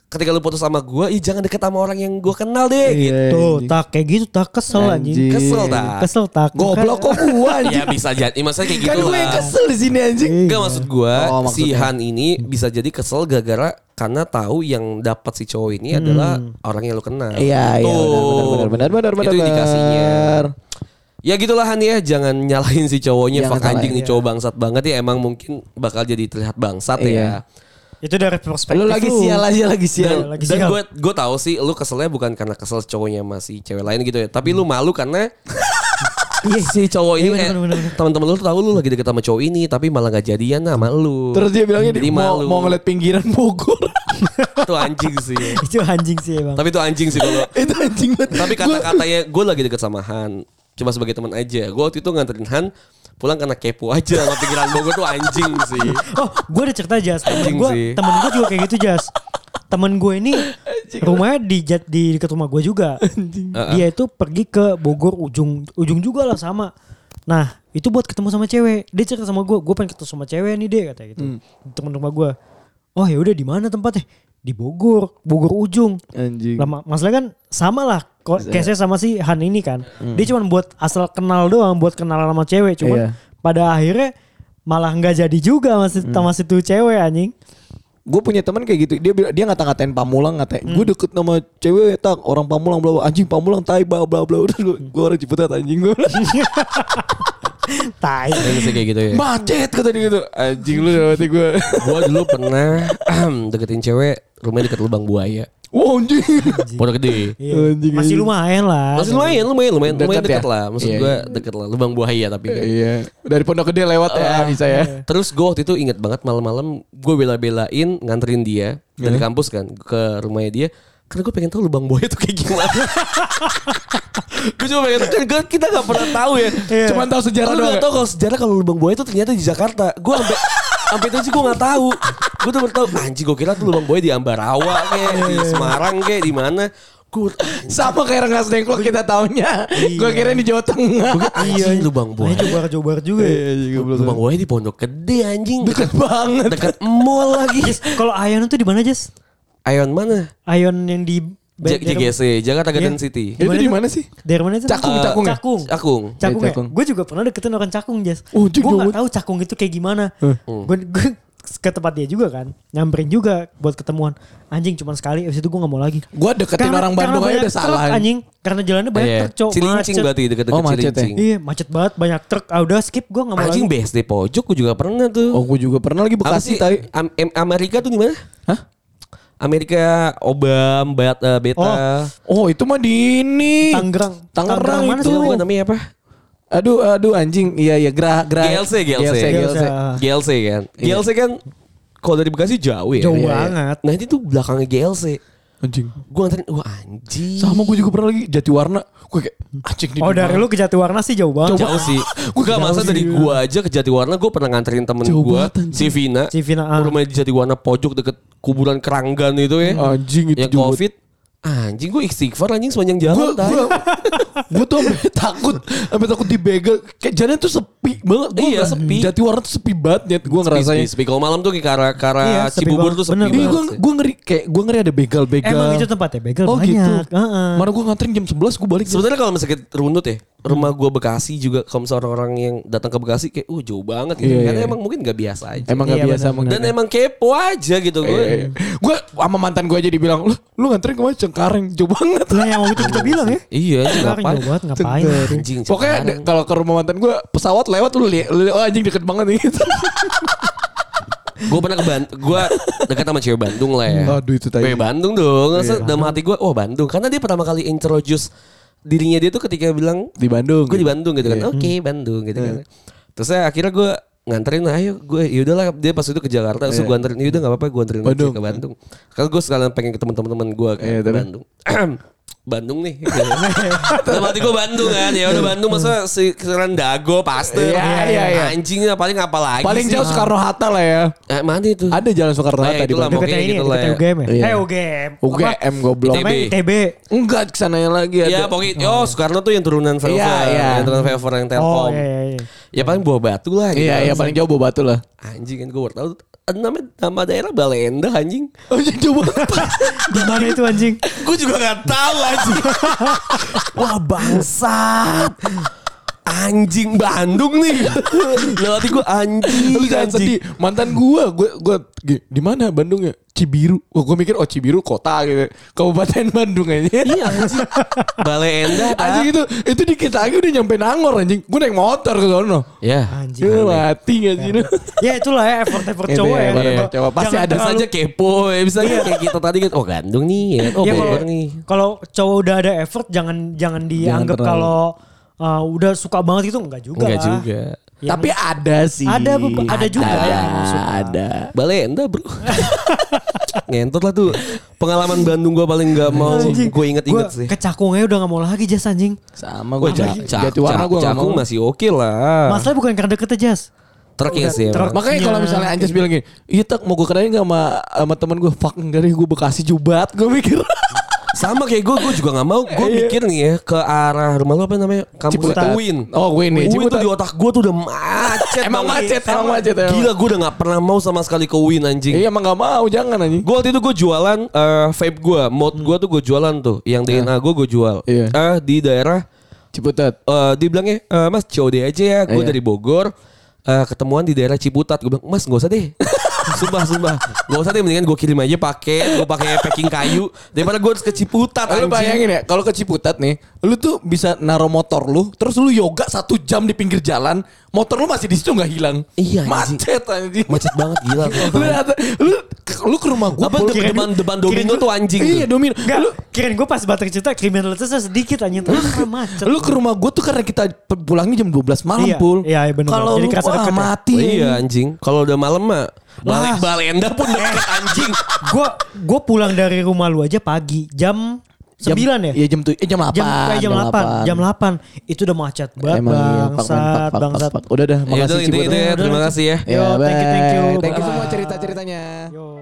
[SPEAKER 3] ketika lu putus sama gue, ih jangan deket sama orang yang gue kenal deh.
[SPEAKER 2] Iya,
[SPEAKER 4] Tuh,
[SPEAKER 2] anjing.
[SPEAKER 4] tak kayak gitu tak kesel anjing.
[SPEAKER 2] Anjing.
[SPEAKER 3] Kesel tak?
[SPEAKER 4] Kesel tak.
[SPEAKER 2] Goblok kok gua anjing.
[SPEAKER 3] Ya bisa jadi, maksudnya kayak
[SPEAKER 2] Kan
[SPEAKER 3] gitu
[SPEAKER 2] gue
[SPEAKER 3] lah.
[SPEAKER 2] yang kesel di sini anjing.
[SPEAKER 3] Enggak maksud gue
[SPEAKER 2] Oh,
[SPEAKER 3] si
[SPEAKER 2] maksudnya.
[SPEAKER 3] Han ini bisa jadi kesel gara-gara karena tahu yang dapat si cowok ini adalah orang yang lu kenal.
[SPEAKER 2] Hmm. Iya, iya, benar, benar, benar, benar, benar,
[SPEAKER 3] Itu
[SPEAKER 2] benar.
[SPEAKER 3] indikasinya. Ya gitulah Han ya, jangan nyalahin si cowoknya
[SPEAKER 2] Jangan iya.
[SPEAKER 3] fuck
[SPEAKER 2] salahin,
[SPEAKER 3] anjing nih cowok bangsat banget ya emang mungkin bakal jadi terlihat bangsat
[SPEAKER 2] Iya.
[SPEAKER 3] ya.
[SPEAKER 4] Itu dari
[SPEAKER 2] Lu
[SPEAKER 4] perspektif
[SPEAKER 2] lagi sial aja lagi sial.
[SPEAKER 4] Iya, lagi
[SPEAKER 3] Dan
[SPEAKER 4] sial.
[SPEAKER 3] gue gue tahu sih lu keselnya bukan karena kesel cowoknya masih cewek lain gitu ya, tapi
[SPEAKER 2] Hmm.
[SPEAKER 3] lu malu karena si cowok ini
[SPEAKER 4] Iya, bener,
[SPEAKER 3] eh,
[SPEAKER 4] bener, bener.
[SPEAKER 3] teman-teman lu tahu lu lagi deket sama cowok ini tapi malah gak jadian sama lu.
[SPEAKER 2] Terus dia bilangnya
[SPEAKER 3] Jadi
[SPEAKER 2] dia mau,
[SPEAKER 3] malu.
[SPEAKER 2] mau ngeliat pinggiran Bogor.
[SPEAKER 3] Itu anjing sih.
[SPEAKER 4] Itu anjing sih emang.
[SPEAKER 3] Tapi itu anjing sih kalau.
[SPEAKER 2] itu anjing banget.
[SPEAKER 3] Tapi
[SPEAKER 2] Gua-
[SPEAKER 3] kata-katanya gue lagi deket sama Han. Cuma sebagai teman aja. Gue waktu itu nganterin Han pulang karena kepo aja sama pikiran gue gue tuh anjing sih.
[SPEAKER 4] Oh, gue ada cerita Jas. Temen
[SPEAKER 3] Anjing
[SPEAKER 4] gue,
[SPEAKER 3] sih.
[SPEAKER 4] temen gue juga kayak gitu Jas. Temen gue ini rumahnya di Jat- di dekat rumah gue juga. Dia itu pergi ke Bogor ujung ujung juga lah sama. Nah, itu buat ketemu sama cewek. Dia cerita sama gue, gue pengen ketemu sama cewek nih deh katanya gitu.
[SPEAKER 2] Hmm.
[SPEAKER 4] Temen rumah gue. Oh ya udah di mana tempatnya? Di Bogor, Bogor ujung.
[SPEAKER 2] anjing.
[SPEAKER 4] Lah, ma- masalahnya kan sama lah ko- case-nya sama si Han ini kan. Dia cuma buat asal kenal doang, buat kenal sama cewek. Cuman
[SPEAKER 2] Hmm. Iya.
[SPEAKER 4] pada akhirnya malah nggak jadi juga masih
[SPEAKER 2] Hmm.
[SPEAKER 4] sama si tuh cewek anjing.
[SPEAKER 2] Gue punya teman kayak gitu. Dia bila- dia ngata-ngatain Pamulang ngatain.
[SPEAKER 3] Hmm.
[SPEAKER 2] Gue deket sama cewek tak orang Pamulang bla bla anjing Pamulang tai bla bla bla. Gue orang Ciputat anjing gue.
[SPEAKER 4] Tai.
[SPEAKER 3] Ini sih kayak gitu
[SPEAKER 2] Iya.
[SPEAKER 3] ya.
[SPEAKER 2] Macet kata dia gitu. Anjing lu berarti gue.
[SPEAKER 3] Gue dulu pernah deketin cewek rumahnya deket lubang buaya.
[SPEAKER 2] Wah anjing.
[SPEAKER 3] Pondok gede.
[SPEAKER 4] Iya.
[SPEAKER 2] Anjing,
[SPEAKER 4] Masih
[SPEAKER 2] anjing.
[SPEAKER 4] lumayan lah.
[SPEAKER 3] Masih lumayan, lumayan, lumayan,
[SPEAKER 2] Dekat
[SPEAKER 3] lumayan deket
[SPEAKER 2] ya?
[SPEAKER 3] lah. Maksud
[SPEAKER 2] Iya,
[SPEAKER 3] gue deket lah, lubang buaya tapi kan.
[SPEAKER 2] Iya. Dari Pondok Gede lewat ya bisa ya.
[SPEAKER 3] Terus gue waktu itu inget banget malam-malam gue bela-belain nganterin dia dari kampus kan ke rumahnya dia. Karena gue pengen tahu lubang buaya tuh kayak gimana. gue cuma pengen tahu. Kan gua- kita gak pernah tahu ya.
[SPEAKER 4] Iya.
[SPEAKER 2] Cuman tahu sejarah
[SPEAKER 3] Lu
[SPEAKER 2] doang.
[SPEAKER 3] gak
[SPEAKER 2] ya?
[SPEAKER 3] tahu kalau sejarah kalau lubang buaya itu ternyata di Jakarta. Gue sampai sampai itu aja gue gak tahu. Gue tuh baru tahu. Anjing gue kira tuh lubang buaya di Ambarawa kayak di Semarang kayak di mana. Gue
[SPEAKER 2] Sama kayak Rengas Dengklok kita taunya. Gue kira di Jawa Tengah.
[SPEAKER 3] Iya. anjing lubang
[SPEAKER 4] Ini
[SPEAKER 3] buaya.
[SPEAKER 2] Iya,
[SPEAKER 4] coba-coba juga. ya.
[SPEAKER 3] Lubang buaya di Pondok Gede anjing. Deket,
[SPEAKER 2] banget.
[SPEAKER 3] deket mall lagi.
[SPEAKER 4] Jess, kalau Ayon tuh di mana Jess?
[SPEAKER 3] Ayon mana?
[SPEAKER 4] Ayon yang di
[SPEAKER 3] J-
[SPEAKER 4] Dari-
[SPEAKER 3] JGC, Jakarta
[SPEAKER 4] Iya.
[SPEAKER 3] Garden City.
[SPEAKER 2] Itu
[SPEAKER 4] Gimana
[SPEAKER 2] di
[SPEAKER 4] tuh?
[SPEAKER 2] mana sih?
[SPEAKER 4] Dari mana itu?
[SPEAKER 2] Cakung,
[SPEAKER 4] Eh,
[SPEAKER 2] Cakung ya?
[SPEAKER 4] Cakung. Cakung
[SPEAKER 3] Cakung.
[SPEAKER 2] Dari
[SPEAKER 4] ya.
[SPEAKER 2] Cakung.
[SPEAKER 4] Gue juga pernah deketin orang Cakung, Jas.
[SPEAKER 2] Oh,
[SPEAKER 4] gue
[SPEAKER 2] anjing,
[SPEAKER 4] gak
[SPEAKER 2] jauh.
[SPEAKER 4] tahu Cakung itu kayak gimana.
[SPEAKER 2] Heh.
[SPEAKER 4] Gue ke tempat dia juga kan. Nyamperin juga buat ketemuan. Anjing cuman sekali abis itu gue gak mau lagi.
[SPEAKER 2] Gua deketin orang Bandung aja
[SPEAKER 4] banyak
[SPEAKER 2] udah salah.
[SPEAKER 4] truk, anjing. Karena jalannya banyak
[SPEAKER 3] Iya.
[SPEAKER 4] truk, cowok.
[SPEAKER 3] Cilincing
[SPEAKER 4] macet.
[SPEAKER 3] berarti
[SPEAKER 2] Oh,
[SPEAKER 3] deket-deket
[SPEAKER 2] macet ya?
[SPEAKER 3] Cilincing.
[SPEAKER 4] Iya, macet banget banyak truk. Ah udah skip gue gak mau
[SPEAKER 3] Anjing
[SPEAKER 4] lagi.
[SPEAKER 3] BSD pojok gue juga pernah tuh.
[SPEAKER 2] Oh, gua juga pernah lagi
[SPEAKER 3] Apa
[SPEAKER 2] Bekasi
[SPEAKER 3] sih?
[SPEAKER 2] tai.
[SPEAKER 3] Am- Am- Amerika tuh di mana?
[SPEAKER 2] Hah?
[SPEAKER 3] Amerika, Obam, Bat- eh, Beta.
[SPEAKER 2] Oh,
[SPEAKER 4] Oh,
[SPEAKER 2] itu mah di ini.
[SPEAKER 4] Tangerang.
[SPEAKER 2] Tangerang
[SPEAKER 4] mana
[SPEAKER 2] itu.
[SPEAKER 4] sih
[SPEAKER 3] Apa
[SPEAKER 4] namanya?
[SPEAKER 3] namanya apa?
[SPEAKER 2] Aduh, aduh anjing. Iya, iya, gerah,
[SPEAKER 4] Nah,
[SPEAKER 2] gerah.
[SPEAKER 3] GLC, GLC.
[SPEAKER 2] GLC.
[SPEAKER 4] GLC. Ah.
[SPEAKER 3] GLC kan. GLC kan kalau dari Bekasi jauh ya.
[SPEAKER 4] Jauh
[SPEAKER 3] Iya, iya.
[SPEAKER 4] banget.
[SPEAKER 3] Nah itu tuh belakangnya GLC.
[SPEAKER 2] Anjing.
[SPEAKER 3] Gue nganterin, wah anjing.
[SPEAKER 2] Sama gua juga pernah lagi jati warna. Gue kayak anjing di
[SPEAKER 4] Oh dari lu ke Jatiwarna sih jauh banget.
[SPEAKER 3] Jauh sih. Gue gak masa dari gua aja ke Jatiwarna gue pernah nganterin temen
[SPEAKER 2] Jauh
[SPEAKER 3] gua,
[SPEAKER 2] banget, anjing.
[SPEAKER 3] Civina.
[SPEAKER 4] Civina, ah.
[SPEAKER 3] Rumahnya di Jatiwarna pojok deket kuburan keranggan itu ya.
[SPEAKER 2] Anjing, itu
[SPEAKER 3] Yang
[SPEAKER 2] juga.
[SPEAKER 3] covid. Anjing gue istighfar anjing sepanjang
[SPEAKER 2] gue
[SPEAKER 3] jalan. tai.
[SPEAKER 2] gue tuh sampai takut sampai takut dibegal kayak jalannya tuh sepi banget gue
[SPEAKER 3] Iya, sepi.
[SPEAKER 2] jati warna tuh sepi banget nyet gue ngerasain
[SPEAKER 3] Sepi, sepi. Kalau malam tuh kayak ke arah, ke arah
[SPEAKER 4] Iya, sepi banget.
[SPEAKER 3] Cibubur tuh sepi
[SPEAKER 4] Bener,
[SPEAKER 2] iya gue
[SPEAKER 3] banget. sih.
[SPEAKER 2] gue ngeri kayak gue ngeri ada begal begal
[SPEAKER 4] Emang itu tempatnya begal
[SPEAKER 2] oh
[SPEAKER 4] banyak.
[SPEAKER 2] gitu
[SPEAKER 4] Heeh.
[SPEAKER 2] mana gue nganterin jam 11 gue balik
[SPEAKER 3] Sebenarnya kalau misalnya runut ya, rumah gua Bekasi juga kalau misalnya orang-orang yang datang ke Bekasi kayak, uh jauh banget gitu.
[SPEAKER 2] Iya,
[SPEAKER 3] Karena
[SPEAKER 2] iya.
[SPEAKER 3] emang mungkin gak biasa aja.
[SPEAKER 2] emang gak
[SPEAKER 4] Iya,
[SPEAKER 2] biasa Iya,
[SPEAKER 4] benar,
[SPEAKER 2] emang
[SPEAKER 3] Dan emang kepo aja gitu gue.
[SPEAKER 2] gue sama mantan gue aja dibilang lu lu nganterin kemana cengkareng jauh banget
[SPEAKER 4] Lah yang waktu itu kita bilang ya.
[SPEAKER 3] Iya, anjing,
[SPEAKER 4] Sekarang
[SPEAKER 3] ngapain?
[SPEAKER 4] jauh banget ngapain.
[SPEAKER 3] Anjing,
[SPEAKER 2] Pokoknya
[SPEAKER 3] sekarang.
[SPEAKER 2] de- kalau ke rumah mantan gue pesawat lewat lu lihat oh anjing deket banget nih gitu.
[SPEAKER 3] gue pernah ke Bandung, gue dekat sama cewek Bandung lah ya.
[SPEAKER 2] Aduh, itu tai. Iya.
[SPEAKER 3] Cewek Bandung dong, Masa dalam hati gue, oh Bandung. Karena dia pertama kali introduce dirinya dia tuh ketika bilang,
[SPEAKER 2] di Bandung.
[SPEAKER 3] gue di Bandung gitu kan,
[SPEAKER 2] Iya.
[SPEAKER 3] oke
[SPEAKER 2] Hmm.
[SPEAKER 3] Bandung gitu kan. Terus saya akhirnya gue nganterin ayo gue yaudahlah dia pas itu ke Jakarta terus gue anterin yaudah nggak apa-apa gue anterin aja
[SPEAKER 2] Iya. Bandung.
[SPEAKER 3] ke Bandung kalau gue sekalian pengen ketemu teman-teman gue kan
[SPEAKER 2] Iya,
[SPEAKER 3] ke
[SPEAKER 2] tapi-
[SPEAKER 3] Bandung Bandung nih gitu. dalam hati gue Bandung kan ya udah Bandung masa si kisaran dago pasti
[SPEAKER 2] Iya, iya, iya.
[SPEAKER 3] anjingnya paling apa lagi
[SPEAKER 2] Paling
[SPEAKER 3] sih?
[SPEAKER 2] jauh Soekarno Hatta lah ya.
[SPEAKER 3] eh, mana itu
[SPEAKER 2] Ada jalan Soekarno Hatta
[SPEAKER 3] Eh,
[SPEAKER 2] di
[SPEAKER 3] itulah,
[SPEAKER 2] Bandung.
[SPEAKER 4] Dekatnya
[SPEAKER 3] Oke,
[SPEAKER 4] ini,
[SPEAKER 3] gitu lah
[SPEAKER 4] dekatnya
[SPEAKER 3] ya.
[SPEAKER 4] UGM ya.
[SPEAKER 2] Iya.
[SPEAKER 4] Eh UGM. Apa?
[SPEAKER 2] UGM goblok.
[SPEAKER 4] Namanya
[SPEAKER 3] ITB.
[SPEAKER 4] ITB.
[SPEAKER 2] Enggak kesananya lagi
[SPEAKER 3] Ya
[SPEAKER 2] ada.
[SPEAKER 3] pokoknya oh Soekarno tuh yang turunan Velver,
[SPEAKER 2] Iya, iya.
[SPEAKER 3] yang turunan Velver yang Telkom.
[SPEAKER 4] Oh iya iya. iya.
[SPEAKER 3] Ya paling buah batu lah. gitu.
[SPEAKER 2] Iya, iya paling jauh Batu lah.
[SPEAKER 3] Anjing kan gue baru tahu nama nama daerah Baleendah anjing.
[SPEAKER 2] Oh, jauh
[SPEAKER 4] Di mana itu anjing?
[SPEAKER 3] gue juga nggak tahu anjing. Wah bangsat. Anjing Bandung nih. Lewati gue anjing.
[SPEAKER 2] Lu jangan
[SPEAKER 3] Iya, anjing.
[SPEAKER 2] sedih. Mantan gua, gua gua gini, di mana Bandung ya? Cibiru. Wah, gua mikir oh Cibiru kota gitu. Kabupaten Bandung aja.
[SPEAKER 3] Iya anjing. Baleendah
[SPEAKER 2] anjing
[SPEAKER 3] anjing.
[SPEAKER 2] itu itu dikit lagi udah nyampe Nangor anjing. Gua naik motor ke sono.
[SPEAKER 3] Ya.
[SPEAKER 4] Anjing.
[SPEAKER 2] Ya, mati gak sih? lu?
[SPEAKER 3] Iya
[SPEAKER 4] Ya itulah ya effort-effort
[SPEAKER 2] Itu
[SPEAKER 4] cowok
[SPEAKER 2] ya,
[SPEAKER 4] ya.
[SPEAKER 2] effort-effort cowok. Pasti
[SPEAKER 4] Jangan
[SPEAKER 2] ada
[SPEAKER 4] terlalu-
[SPEAKER 3] Saja kepo, ya. bisa kayak kita tadi kan. Oh Bandung nih, ya. oh
[SPEAKER 4] ya kalau
[SPEAKER 3] Bogor nih.
[SPEAKER 4] kalau cowok udah ada effort jangan jangan dianggap
[SPEAKER 2] terlalu.
[SPEAKER 4] kalau uh, udah suka banget itu enggak juga.
[SPEAKER 3] Enggak
[SPEAKER 4] lah.
[SPEAKER 3] juga.
[SPEAKER 4] Yang-
[SPEAKER 2] Tapi Iya, ada sih.
[SPEAKER 4] Ada beberapa- ada juga
[SPEAKER 2] Ada.
[SPEAKER 4] yang suka.
[SPEAKER 2] ada.
[SPEAKER 3] Balenda bro Ngentot lah tuh Pengalaman Bandung gue paling gak mau
[SPEAKER 4] Oh, Anjing.
[SPEAKER 3] Gue inget-inget
[SPEAKER 4] Gua
[SPEAKER 3] sih
[SPEAKER 4] Kecakungnya udah gak mau lagi jas anjing.
[SPEAKER 2] Sama
[SPEAKER 3] Gue
[SPEAKER 2] gua.
[SPEAKER 3] cak,
[SPEAKER 2] Jati-
[SPEAKER 3] cak,
[SPEAKER 2] Jati warna
[SPEAKER 3] cak-
[SPEAKER 2] gua nggak
[SPEAKER 3] cakung
[SPEAKER 2] mau.
[SPEAKER 3] masih oke lah
[SPEAKER 4] Masalahnya bukan karena deket aja jas.
[SPEAKER 3] Truk ya sih
[SPEAKER 4] truk.
[SPEAKER 3] emang.
[SPEAKER 2] Makanya kalau
[SPEAKER 4] Ya.
[SPEAKER 2] misalnya Anjas bilang gini, iya tak mau gue kenalin gak sama, sama temen gue, fuck dari gue Bekasi Jubat, gue mikir.
[SPEAKER 3] Sama kayak gue Gue juga gak mau Gue mikir nih ya Ke arah rumah lu apa namanya Kampus
[SPEAKER 2] Iya. Ciputat.
[SPEAKER 3] Uin
[SPEAKER 2] Oh, Uin ya,
[SPEAKER 3] Uin tuh
[SPEAKER 2] Ciputat.
[SPEAKER 3] di otak gue tuh udah macet
[SPEAKER 2] emang
[SPEAKER 3] banget.
[SPEAKER 2] macet, emang macet. emang.
[SPEAKER 3] Gila gue udah gak pernah mau sama sekali ke Uin anjing
[SPEAKER 2] Iya emang gak mau, jangan anjing.
[SPEAKER 3] Gue waktu itu gue jualan eh, vape gue, mod gue tuh gue jualan tuh, yang DNA gue gue jual.
[SPEAKER 2] Hmm. Iya.
[SPEAKER 3] Eh, di daerah
[SPEAKER 2] Ciputat.
[SPEAKER 3] eh dia bilangnya "Eh, mas COD aja ya gue
[SPEAKER 2] Iya.
[SPEAKER 3] dari Bogor eh, ketemuan di daerah Ciputat gue bilang mas gak usah deh sumpah sumpah gak usah deh mendingan gue kirim aja pakai gue pakai packing kayu daripada gue harus ke Ciputat
[SPEAKER 2] Lu
[SPEAKER 3] anjing
[SPEAKER 2] bayangin ya, kalau ke Ciputat nih, lu tuh bisa naro motor lu, terus lu yoga satu jam di pinggir jalan, motor lu masih di situ nggak hilang.
[SPEAKER 3] Iya, anjing.
[SPEAKER 2] Macet anjing.
[SPEAKER 3] macet banget gila
[SPEAKER 2] lu, datang- lu, lu ke rumah gue.
[SPEAKER 3] apa
[SPEAKER 4] Gua-
[SPEAKER 3] depan depan, depan
[SPEAKER 4] kirain
[SPEAKER 3] domino
[SPEAKER 4] gua-
[SPEAKER 3] tuh anjing
[SPEAKER 2] Iya
[SPEAKER 3] tuh.
[SPEAKER 2] domino.
[SPEAKER 4] Enggak,
[SPEAKER 2] Lu,
[SPEAKER 4] kirain gue pas baterai cerita kriminalitasnya sedikit anjing terus karena macet.
[SPEAKER 2] lu ke rumah gue tuh karena kita pulangnya jam 12 malam
[SPEAKER 4] Iya,
[SPEAKER 2] pul.
[SPEAKER 4] iya, bener.
[SPEAKER 2] Kalau
[SPEAKER 4] Jadi
[SPEAKER 2] lu
[SPEAKER 4] kerasa
[SPEAKER 2] wah,
[SPEAKER 4] deket ya.
[SPEAKER 2] mati.
[SPEAKER 3] iya anjing kalau udah malam mah
[SPEAKER 4] Lah.
[SPEAKER 3] balik balenda pun deket anjing
[SPEAKER 4] Gue gue pulang dari rumah lu aja pagi jam 9 ya.
[SPEAKER 2] Iya jam tuh, eh, jam 8.
[SPEAKER 4] Jam kayak jam 8, jam 8. Itu udah macet banget
[SPEAKER 2] Emang iya, pak, men, pak,
[SPEAKER 4] bangsat,
[SPEAKER 2] pak,
[SPEAKER 4] bangsat.
[SPEAKER 2] pak, pak. Udah dah,
[SPEAKER 3] ya udah
[SPEAKER 2] makasih
[SPEAKER 3] itu
[SPEAKER 2] Ciputat.
[SPEAKER 3] itu ya terima kasih ya
[SPEAKER 4] Yo, thank you, thank you.
[SPEAKER 2] Thank you
[SPEAKER 4] Bye-bye.
[SPEAKER 2] semua cerita-ceritanya.
[SPEAKER 4] Yo.